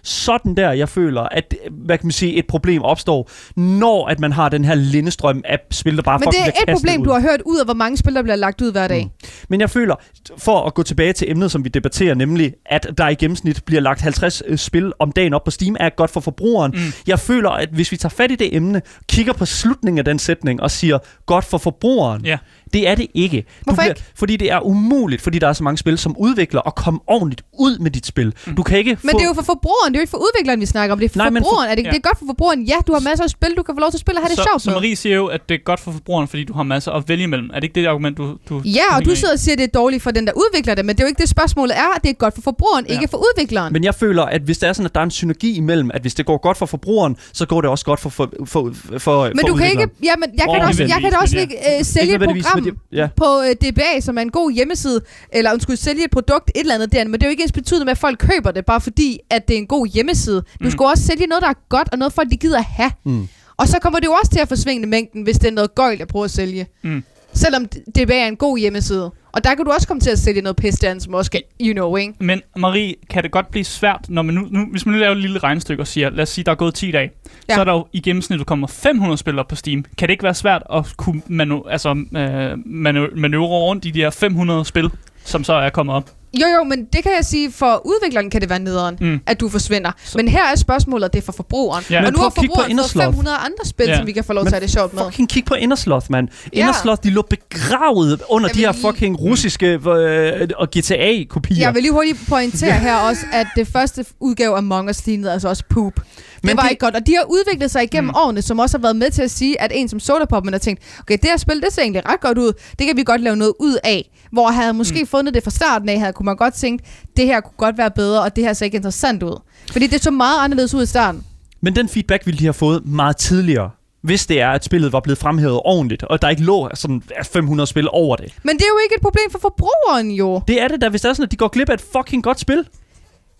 100% sådan der, jeg føler, at øh, hvad kan man sige, et problem opstår, når at man har den her lindestrøm af spil, der bare
Men det
fucking
er
bliver
et
kastet
problem,
ud.
du har hørt ud af, hvor mange spil, der bliver lagt ud hver dag. Mm.
Men jeg føler, for at gå tilbage til emnet, som vi debatterer, nemlig at der i gennemsnit bliver lagt 50 spil om dagen op på Steam, er godt for forbrugeren. Mm. Jeg føler, at hvis vi tager fat i det emne, kigger på slutningen af den sætning og siger, godt for forbrugeren,
Ja.
det er det ikke. Du
Hvorfor ikke?
Fordi det er umuligt, fordi der er så mange spil, som udvikler at komme ordentligt ud med dit spil. Du kan ikke
Mm. Men
få...
det er jo for forbrugeren, det er jo ikke for udvikleren, vi snakker om. Det er for
Nej, men for-
forbrugeren. Er det,
ja.
det er godt for forbrugeren. Ja, du har masser af spil, du kan få lov til at spille og have Ah, det
så,
sjovt
så
med.
Marie siger jo, at det er godt for forbrugeren, fordi du har masser at vælge imellem. Er det ikke det argument, du, du
Ja, og
hænger
du
i?
sidder og siger, at det er dårligt for den, der udvikler det, men det er jo ikke det spørgsmålet er, at det er godt for forbrugeren, ja. ikke for udvikleren.
Men jeg føler, at hvis der er sådan, at der er en synergi imellem, at hvis det går godt for forbrugeren, så går det også godt for, for, for, for
Men
for
du kan
udvikleren.
ikke, ja, men jeg kan
Åh,
da også, jeg kan
nødvendigvis,
da også
men
ikke øh, sælge
Ikke
et
nødvendigvis,
program,
men det- ja.
på øh, DBA, som er en god hjemmeside, eller hun skulle sælge et produkt, et eller andet derinde, men det er jo ikke ens betydende med, at folk køber det, bare fordi, at det er en god hjemmeside. Du
Mm.
skal også sælge noget, der er godt, og noget folk, de gider have.
Mm.
Og så kommer det jo også til at forsvinde mængden, hvis det er noget gøjl, jeg prøver at sælge.
Mm.
Selvom DBA er en god hjemmeside. Og der kan du også komme til at sælge noget pis derinde, som også kan, you know, ikke?
Men Marie, kan det godt blive svært, når man nu, nu, hvis man nu laver et lille regnestykke og siger, lad os sige, der er gået 10 dage, ja.
Ja.
så er der jo i gennemsnit, der kommer 500 spillere på Steam. Kan det ikke være svært at kunne manu- altså, øh, manu- manøvrere rundt i de her 500 spil, som så er kommet op?
Jo, jo, men det kan jeg sige, for udvikleren kan det være nederen,
Mm.
mm. at du forsvinder.
Så-
Så. Men her er spørgsmålet, at det er for forbrugeren.
Ja. Men
Og nu
prøv
har
at kigge på
forbrugeren fået
Indersloth.
500 andre spil,
Ja.
som vi kan få lov til at have det sjovt med.
fucking kig på Indersloth, mand.
Ja.
Indersloth, de lå begravet under
Jeg
de
vil
her
lige-
fucking russiske øh, og GTA-kopier.
Jeg vil lige hurtigt pointere her også, at det første udgave af Among Us lignede altså også poop. Det
Men
Men
det-
var det... ikke godt. Og de har udviklet sig igennem mm. årene, som også har været med til at sige, at en som Sodapop, man har tænkt, okay, det her spil, det ser egentlig ret godt ud. Det kan vi godt lave noget ud af. Hvor havde jeg måske mm. fundet det fra starten af, havde, kunne man godt tænkt, det her kunne godt være bedre, og det her ser ikke interessant ud. Fordi det så meget anderledes ud i starten.
Men den feedback ville de have fået meget tidligere, hvis det er, at spillet var blevet fremhævet ordentligt, og der ikke lå sådan 500 spil over det.
Men det er jo ikke et problem for forbrugeren jo.
Det er det da, hvis det er sådan, at de går glip af et fucking godt spil.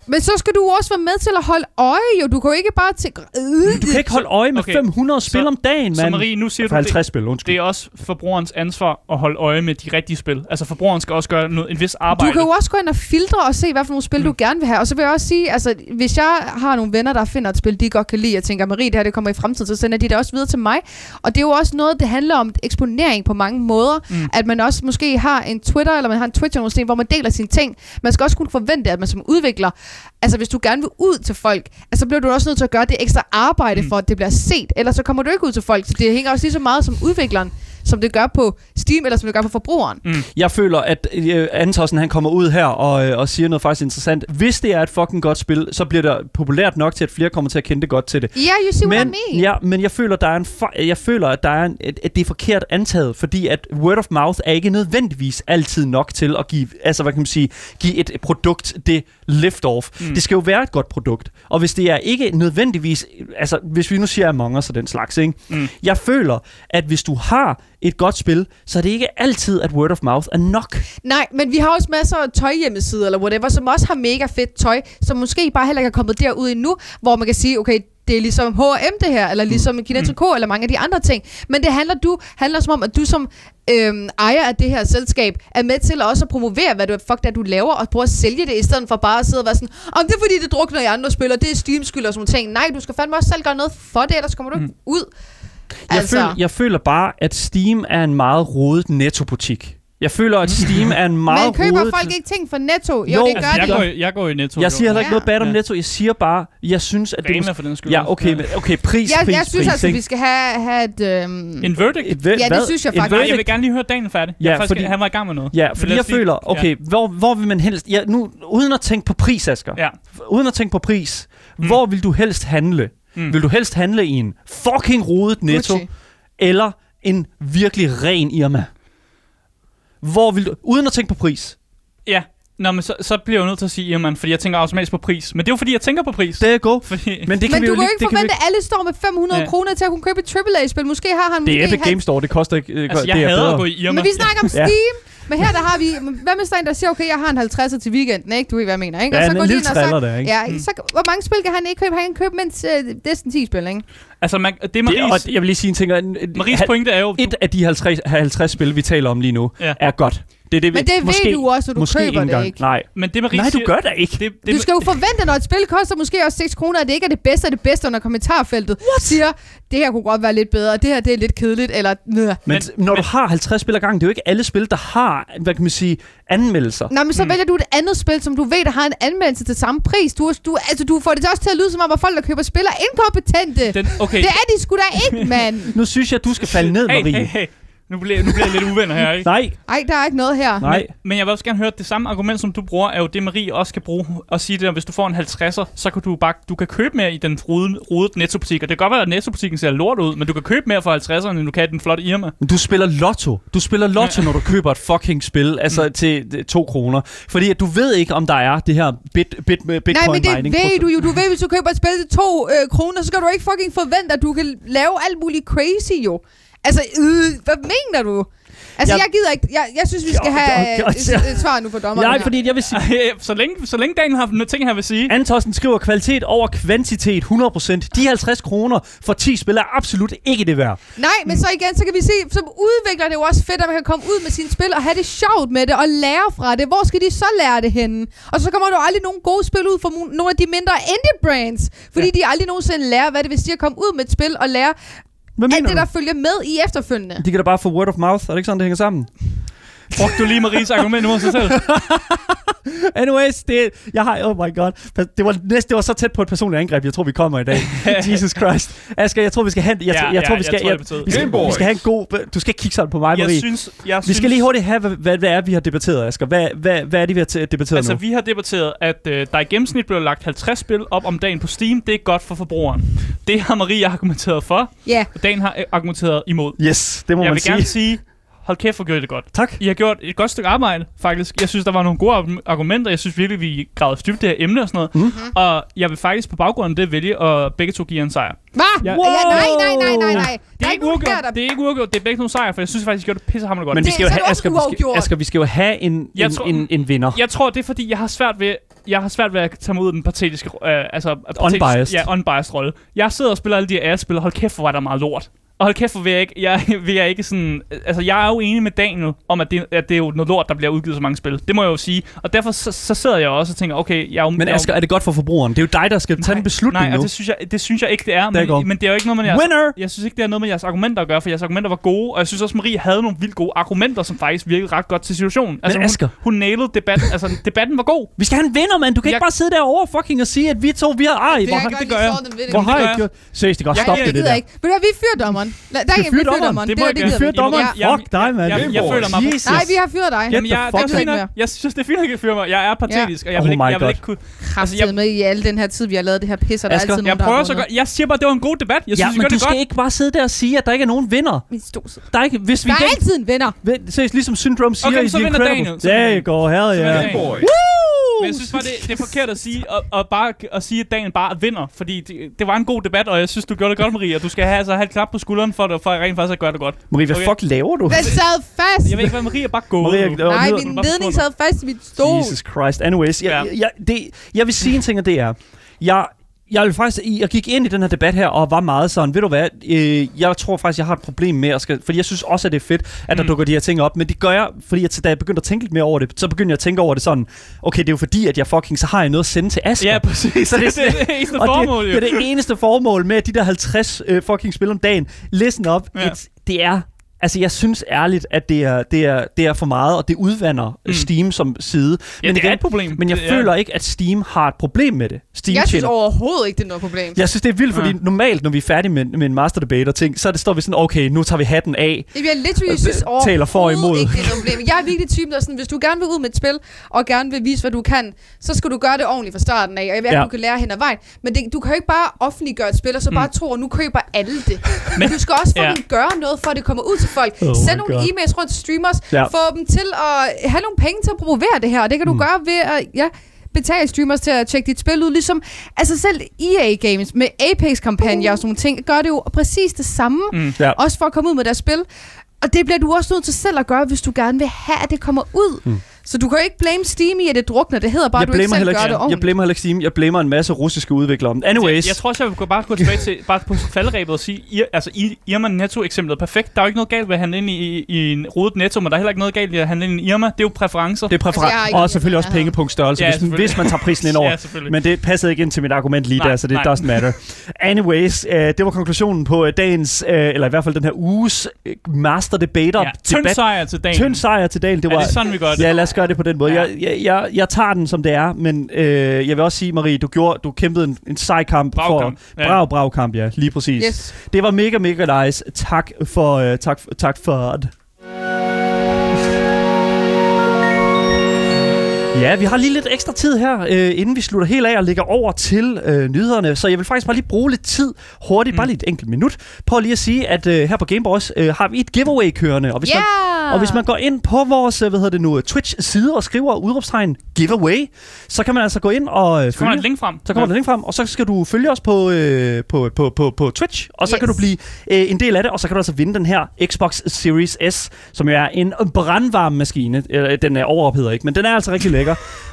Men så skal du også være med til at holde øje jo. Du kan jo ikke bare tænke... Øh,
Du kan ikke holde øje med
okay.
okay. 500 spil
Så-
om dagen,
Så
mand.
Marie, nu siger du,
For
det,
50 spil, undskyld.
det er også forbrugerens ansvar at holde øje med de rigtige spil. Altså forbrugeren skal også gøre noget, en vis
Du
arbejde.
kan jo også gå ind og filtre og se, hvad for nogle spil, mm. du gerne vil have. Og så vil jeg også sige, altså, hvis jeg har nogle venner, der finder et spil, de godt kan lide, og tænker, Marie, det her det kommer i fremtiden, så sender de det også videre til mig. Og det er jo også noget, det handler om eksponering på mange måder.
Mm.
Mm. At man også måske har en Twitter, eller man har en Twitch-system, hvor man deler sine ting. Man skal også kunne forvente, at man som udvikler, altså hvis du gerne vil ud til folk, altså, så bliver du også nødt til at gøre det ekstra arbejde
Mm.
mm. for, at det bliver set. Ellers så kommer du ikke ud til folk. Så det hænger også lige så meget som udvikleren, som det gør på Steam, eller som det gør på forbrugeren.
Jeg føler, at øh, Antossen han kommer ud her og, øh, og siger noget faktisk interessant. Hvis det er et fucking godt spil, så bliver det populært nok til, at flere kommer til at kende det godt til det.
Ja, yeah, you see
Men,
what I mean.
ja, men jeg føler, der er en fej- jeg føler, at, der er en, at, at det er forkert antaget, fordi at word of mouth er ikke nødvendigvis altid nok til at give, altså, hvad kan man sige, give et produkt det lift-off.
Mm.
Mm. Det skal jo være et godt produkt. Og hvis det er ikke nødvendigvis, altså hvis vi nu siger Among Us og den slags, ikke?
Mm.
jeg føler, at hvis du har et godt spil, så er det ikke altid, at word of mouth er nok.
Nej, men vi har også masser af tøjhjemmesider eller whatever, som også har mega fedt tøj, som måske bare heller ikke er kommet derud endnu, hvor man kan sige, okay, det er ligesom H&M det her, eller
Mm.
ligesom Kinetic K, eller mange af de andre ting. Men det handler, du, handler som om, at du som øhm, ejer af det her selskab, er med til også at promovere, hvad du, fuck det er, du laver, og prøve at sælge det, i stedet for bare at sidde og være sådan, om det er fordi, det drukner i andre spil, og det er Steam skyld og sådan nogle ting. Nej, du skal fandme også selv gøre noget for det, ellers kommer du ikke ud.
Mm. Jeg, altså. føler, jeg føler bare, at Steam er en meget rodet nettobutik. Jeg føler, at Steam er en meget
men køber
rodet...
folk ikke ting for netto? Jo,
Jo,
jo det gør
Altså, jeg,
de.
går, i- jeg går i netto.
Jeg siger heller ikke
Ja.
noget bad om
Ja.
Netto. Jeg siger bare, jeg synes, at det
Rema
måske-
for den skyld.
Ja,
også.
okay, men, okay, pris,
Jeg,
pris,
jeg synes
pris,
altså,
ikke?
vi skal have, have et... Øhm,
En verdict?
Mm. Et væ-
Ja, det
hvad?
synes jeg
En
faktisk.
Nej,
verdict?
jeg vil gerne lige høre dagen færdig.
Ja,
Ja, faktisk,
fordi-
fordi, han var i gang med noget.
Ja,
Men
fordi
lad
jeg
os lige-
føler, okay, hvor, hvor vil man helst... Ja, nu, uden at tænke på pris, Asger.
Ja. ja.
Uden at tænke på pris. Hvor vil du helst handle?
Mm.
Vil du helst handle i en fucking rodet netto?
Gucci.
Eller en virkelig ren Irma? Hvor vil du... Uden at tænke på pris.
Ja, Nå, men så, så bliver jeg jo nødt til at sige Irman, fordi jeg tænker automatisk på pris. Men det er jo fordi, jeg tænker på pris.
Det er go.
Fordi,
Men det kan
Men
vi
du
jo
kan jo
lige-
ikke
det kan vi
forvente, at alle står med 500
Ja.
ja. kroner til at kunne købe et AAA-spil. Måske har han...
Det er
måske
Epic
han-
Games Store, det koster ikke... øh,
altså, jeg
det er
hader
bedre.
at gå i Irma.
Men vi snakker om
Ja.
Steam. Men her der har vi... Hvad med sådan en, der siger, okay, jeg har en 50'er til weekenden, ikke? Du ved, hvad jeg mener, ikke?
Ja, en
går de
lille
ind og så-
triller der, ikke? Mm.
Ja, så, hvor mange spil kan han ikke købe? Han kan købe mindst øh, næsten 10 spil, ikke?
Altså, man, det er
Det,
Maries,
og jeg vil lige sige en ting. og en- en-
Maries
hal-
pointe er jo...
Et af de 50, 50 spil, vi taler om lige nu,
Ja.
ja. er godt. Det er det, vi-
Men det ved
måske,
du også, når du
måske
køber
ikke
det,
engang.
ikke?
Nej.
Men det Marie
Nej, du
siger,
gør da ikke.
Det, det,
Du skal jo forvente, når et spil koster måske også 6 kroner, at det ikke er det bedste af det bedste under kommentarfeltet. What? Siger, det her kunne godt være lidt bedre, og det her det er lidt kedeligt, eller... Nøh.
Men,
Men-
men når
men-
du har 50 spil ad gangen, det er jo ikke alle spil, der har, hvad kan man sige, anmeldelser.
Nå, men så mm. vælger du et andet spil, som du ved, der har en anmeldelse til samme pris. Du, er- du, altså, du får det til også til at lyde som om, at folk, der køber spil, er inkompetente.
Den, okay,
Det er de sgu da ikke, mand.
Nu synes jeg, du skal falde ned,
hey,
Marie.
hey, hey. Nu bliver, nu bliver jeg lidt uvenner her, ikke?
Nej,
Ej, der er ikke noget her.
nej.
Men jeg vil også gerne høre, at det samme argument, som du bruger, er jo det, Marie også kan bruge og sige det, der, hvis du får en 50'er, så kan du bare, du kan købe mere i den rodede, rodede nettobutik. Og det kan godt være, at nettobutikken ser lort ud, men du kan købe mere for 50'erne, end du kan i den flotte Irma.
Men Du spiller lotto. Du spiller lotto, når du køber et fucking spil, altså mm. til øh, to kroner. Fordi at du ved ikke, om der er det her bit, bit, bitcoin
Nej, men det
mining.
ved du jo. Du ved, hvis du køber et spil til to øh, kroner, så skal du ikke fucking forvente, at du kan lave alt muligt crazy, jo. Altså, øh, hvad mener du? Altså,
Jeg-
jeg, gider ikke. Jeg, jeg synes, vi skal
Jo,
have
jo, jo,
et,
jo.
et svar nu fra dommeren.
Nej,
her.
fordi jeg vil sige...
så, længe, så længe Daniel har noget ting, han vil sige.
Antossen skriver kvalitet over kvantitet 100%. De 50 kroner for 10 spil er absolut ikke det værd.
Nej, men så igen, så kan vi se, som udvikler det er jo også fedt, at man kan komme ud med sine spil og have det sjovt med det og lære fra det. Hvor skal de så lære det henne? Og så kommer der jo aldrig nogen gode spil ud fra mu- nogle af de mindre indie brands, fordi ja. de aldrig nogensinde lærer, hvad det vil sige at komme ud med et spil og lære
Hvad
alt
mener
det,
du?
der følger med i efterfølgende.
De kan da bare få word of mouth. Er det ikke sådan, det hænger sammen?
Brugte du lige Maries argument nu af sig selv?
Anyways, det, jeg har... Oh my god. Det var, næste, det var så tæt på et personligt angreb, jeg tror, vi kommer i dag. Jesus Christ. Asger, jeg tror, vi skal have... Jeg,
Ja,
jeg tror,
ja,
vi skal...
jeg tror, det
jeg-
betød-
vi, skal,
Gameboy.
vi skal have en god... Du skal ikke kigge sådan på mig,
Jeg
Marie.
synes, jeg
Vi
synes,
skal lige hurtigt have, hvad, hvad, hvad er vi har debatteret, Asger? Hvad, hvad, hvad er det, vi har t- debatteret
Altså,
nu?
vi har debatteret, at øh, der i gennemsnit bliver lagt 50 spil op om dagen på Steam. Det er godt for forbrugeren. Det har Marie argumenteret for,
Ja,
og Dan har øh, argumenteret imod.
Yes, det må
Jeg
man
vil
sige.
gerne sige, hold kæft, hvor gør I det godt.
Tak.
I har gjort et godt stykke arbejde, faktisk. Jeg synes, der var nogle gode argu- argumenter. Jeg synes virkelig, vi gravede dybt det her emne og sådan noget. Mm-hmm. Og jeg vil faktisk på baggrund af det vælge at begge to give jer en sejr.
hvad? Ja.
Ja.
Ja, nej, nej, nej, nej, nej.
Det er,
der er
ikke
nogen
uafgjort.
her, der...
Det er ikke uafgjort. Det er begge to sejr, for jeg synes faktisk, I gjorde det pissehammerende godt.
Men vi
Det-
skal jo
så er det
have,
også
Asger, vi skal,
uafgjort.
Asger, vi skal jo have en,
Jeg
en,
tror-
en, en vinder.
Jeg tror, det er fordi, jeg har svært ved, jeg har svært ved at tage mig ud af den partiske... Øh, altså, partisk-
Unbiased.
Ja, unbiased rolle. Jeg sidder og spiller alle de her AR-spil, og hold kæft, hvor var der meget lort. Og hold kæft, hvor vil jeg ikke, jeg, vil jeg ikke sådan... Altså, jeg er jo enig med Daniel om, at det, at det er jo noget lort, der bliver udgivet så mange spil. Det må jeg jo sige. Og derfor så, så sidder jeg også og tænker, okay, jeg er jo...
Men
jeg er jo-
Asger, er det godt for forbrugeren? Det er jo dig, der skal tage en beslutning
nej,
nu.
og det synes, jeg, det synes jeg ikke, det er. Men,
går.
men det er jo ikke noget med jeres,
Winner!
Jeg synes ikke, det er noget med jeres argumenter at gøre, for jeres argumenter var gode. Og jeg synes også, Marie havde nogle vildt gode argumenter, som faktisk virkede ret godt til situationen. Altså,
Asger-
hun, hun nailede debatten. Altså, debatten var god.
Vi skal have en vinder, mand. Du kan jeg...
Jeg-
ikke bare sidde derovre og fucking og sige, at vi to, vi har ej.
Det
Hvor,
er
har-
godt,
det
vi
gør jeg.
så den ved det.
hvor har
det
jeg
gør
gjort? Seriøst, det kan
Jeg
stoppe
giver-
det,
Jeg
det
gider
der.
ikke. Ved du hvad, vi fyrer dommeren. La- Der er ikke, vi fyrer dommeren. Det,
må
er
jeg
det,
gerne.
gider
Fyr
Fyr
vi.
dommeren.
dommeren.
Ja.
Ja.
Fuck dig, mand.
Jeg- jeg føler mig-
Jesus.
Nej, vi har fyret dig.
Get
Jamen, jeg,
the
det
fuck
er fint
out.
nok. Jeg synes, det er fint, at jeg kan fyre mig. Jeg er partetisk, og jeg vil
Oh
ikke,
my
jeg vil
God.
ikke kunne...
Kraftet
Altså, jeg-
med i al den her tid, vi har lavet det her pis, og der er
Asger,
altid nogen,
Jeg
der har
prøver så
vundet.
godt. Jeg siger bare, det var en god debat. Jeg
Ja,
synes, ja,
men
gør
du
det
skal
godt.
ikke bare sidde der og sige, at der ikke er nogen vinder.
Min stose.
Der er ikke, hvis vi
Der er
igen,
altid en vinder.
Vent, seriøst, ligesom Syndrome siger
Okay,
i
så
The
vinder
Incredible.
Daniel. Så vinder
det går her,
Så
ja.
vinder Daniel.
Gameboy.
Men jeg synes bare, det, det er forkert at sige, og, og bare at sige, at dagen bare vinder. Fordi det, det var en god debat, og jeg synes, du gjorde det godt, Marie. Og du skal have, altså, have et klap på skulderen for, det, for rent faktisk at gøre det godt.
Marie, hvad
Okay.
fuck laver du?
Den sad fast.
Jeg ved ikke, hvad Marie er bare gået.
Marie,
nu.
det var-
Nej,
nyder
min
du bare
ledning
forsvundet?
sad fast i mit stol.
Jesus Christ. Anyways, jeg,
Ja.
jeg, jeg, det, jeg vil sige en ting, og det er, jeg, jeg, vil faktisk, jeg gik ind i den her debat her og var meget sådan, ved du hvad, øh, jeg tror faktisk, jeg har et problem med, at skal, fordi jeg synes også, at det er fedt, at der
Mm.
dukker de her ting op, men det gør jeg, fordi jeg, da jeg begyndte at tænke lidt mere over det, så begyndte jeg at tænke over det sådan, okay, det er jo fordi, at jeg fucking, så har jeg noget at sende til Asger.
Ja, præcis.
Så det er
det,
sådan-
det, det eneste
Og
formål,
det,
jo.
det er det eneste formål med, at de der 50 øh, fucking spil om dagen, listen op,
Ja.
ja. det er... Altså, jeg synes ærligt, at det er, det er, det er for meget, og det udvander mm.
Mm.
Steam som side.
Ja, det er et problem.
Men jeg
Det er-
føler ikke, at Steam har et problem med det. Steam
Jeg synes
tjener-
overhovedet ikke, det er noget problem.
jeg synes, det er vildt, fordi
Ja.
normalt, når vi er færdige med, med en master debate og ting, så er det, står vi sådan, okay, nu tager vi hatten af.
Jeg literally
Altså,
synes
det taler for og
overhovedet
imod.
ikke, det er noget problem. Jeg er virkelig typen, der er sådan, hvis du gerne vil ud med et spil, og gerne vil vise, hvad du kan, så skal du gøre det ordentligt fra starten af, og jeg ved,
Ja.
ja. du kan lære hen ad vejen. Men det, du kan jo ikke bare offentliggøre et spil, og så bare tro, at nu køber alle det. Men, du skal også
Ja.
fucking gøre noget, for at det kommer ud til folk.
Oh
Oh
my
Send nogle
God.
e-mails rundt til streamers,
Ja.
ja. få dem til at have nogle penge til at promovere det her, og det kan du mm. gøre ved at... Ja, betale streamers til at tjekke dit spil ud, ligesom altså selv EA Games med Apex-kampagner og sådan nogle ting, gør det jo præcis det samme. Mm.
Ja.
Også for at komme ud med deres spil. Og det bliver du også nødt til selv at gøre, hvis du gerne vil have, at det kommer ud. Mm. Så du kan jo ikke blame Steam i, at det drukner. Det hedder bare,
jeg
at du ikke
blamer
selv
heller
gør det
ikke, jeg
ordentligt.
blamer heller ikke Steam, jeg blamer en masse russiske udviklere. Anyways,
Altså, Jeg, jeg tror også, jeg vil gå- bare gå tilbage til bare på faldrebet og sige, I, altså, I, Irma Netto-eksemplet er perfekt. Der er jo ikke noget galt ved at handle ind i, i, i en rodet Netto, men der er heller ikke noget galt ved at handle ind i Irma. Det er jo præferencer.
det er præferent.
Altså, jeg har ikke-
og selvfølgelig også
jeg har-
pengepunktstørrelse,
Ja,
ja, hvis,
selvfølgelig.
hvis man tager prisen ind over.
Ja, selvfølgelig.
Men det passede ikke ind til mit argument lige
Nej,
der, så det
nej.
doesn't matter. Anyways, øh, det var konklusionen på øh, dagens, øh, eller i hvert fald den her uges øh, master debater.
ja, tynd
debat.
sejr til dagen.
Tynd sejr til dagen. Det
er
var,
det sådan, vi gør det?
Ja, lad os gøre det på den måde.
Ja.
Jeg, jeg, jeg, jeg tager den, som det er, men øh, jeg vil også sige, Marie, du, gjorde, du kæmpede en, en sej kamp.
Brav kamp.
For,
Ja.
brav, brav kamp, ja. Lige præcis.
Yes.
Det var mega, mega nice. Tak for, øh, tak, tak for det. Ja, vi har lige lidt ekstra tid her, øh, inden vi slutter helt af og ligger over til øh, nyhederne. Så jeg vil faktisk bare lige bruge lidt tid hurtigt, mm. bare lige et enkelt minut, på lige at sige, at øh, her på Gameboys øh, har vi et giveaway kørende. Og hvis, man,
Yeah!
og hvis man går ind på vores øh, hvad hedder det nu, øh, Twitch-side og skriver udråbstegn giveaway, så kan man altså gå ind og øh,
Så kommer der et
følge.
link frem.
Så kommer ja. der link frem, og så skal du følge os på, øh, på, på, på, på Twitch, og så yes.
Yes.
kan du blive øh, en del af det, og så kan du altså vinde den her Xbox Series S, som jo er en brandvarm maskine. Øh, Den er overophedet ikke, men den er altså rigtig lækker,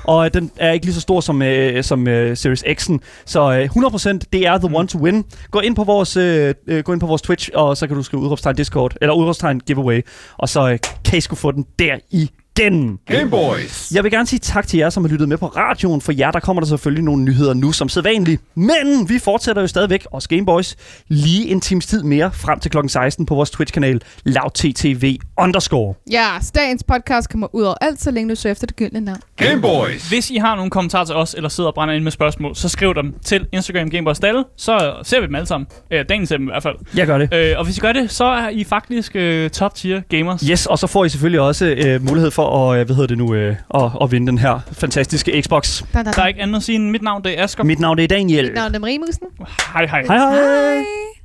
og øh, den er ikke lige så stor som, øh, som øh, Series X'en. Så øh, 100% det er the one to win. Gå ind på vores, øh, øh, gå ind på vores Twitch, og så kan du skrive udråbstegn Discord, eller udråbstegn giveaway, og så øh, kan I sgu få den der igen.
Game Boys.
Jeg vil gerne sige tak til jer, som har lyttet med på radioen. For jer, der kommer der selvfølgelig nogle nyheder nu, som sædvanligt. Men vi fortsætter jo stadigvæk os Gameboys lige en times tid mere frem til klokken 16 på vores Twitch-kanal lavttv underscore.
Ja, dagens podcast kommer ud over alt, så længe du søger efter det gyldne navn.
Game Boys.
Hvis I har nogle kommentarer til os, eller sidder og brænder ind med spørgsmål, så skriv dem til Instagram Gameboys Dalle, så ser vi dem alle sammen. Øh, Daniel ser dem i hvert fald.
Jeg gør det.
Øh, og hvis I gør det, så er I faktisk øh, top tier gamers.
Yes, og så får I selvfølgelig også øh, mulighed for at, øh, hvad hedder det nu, øh, at, at vinde den her fantastiske Xbox.
Da, da, da.
Der er ikke andet at sige end mit navn, det er Asger.
Mit navn det er Daniel.
Mit navn er Marie Musen.
Hej hej.
Hej hej.
Hej.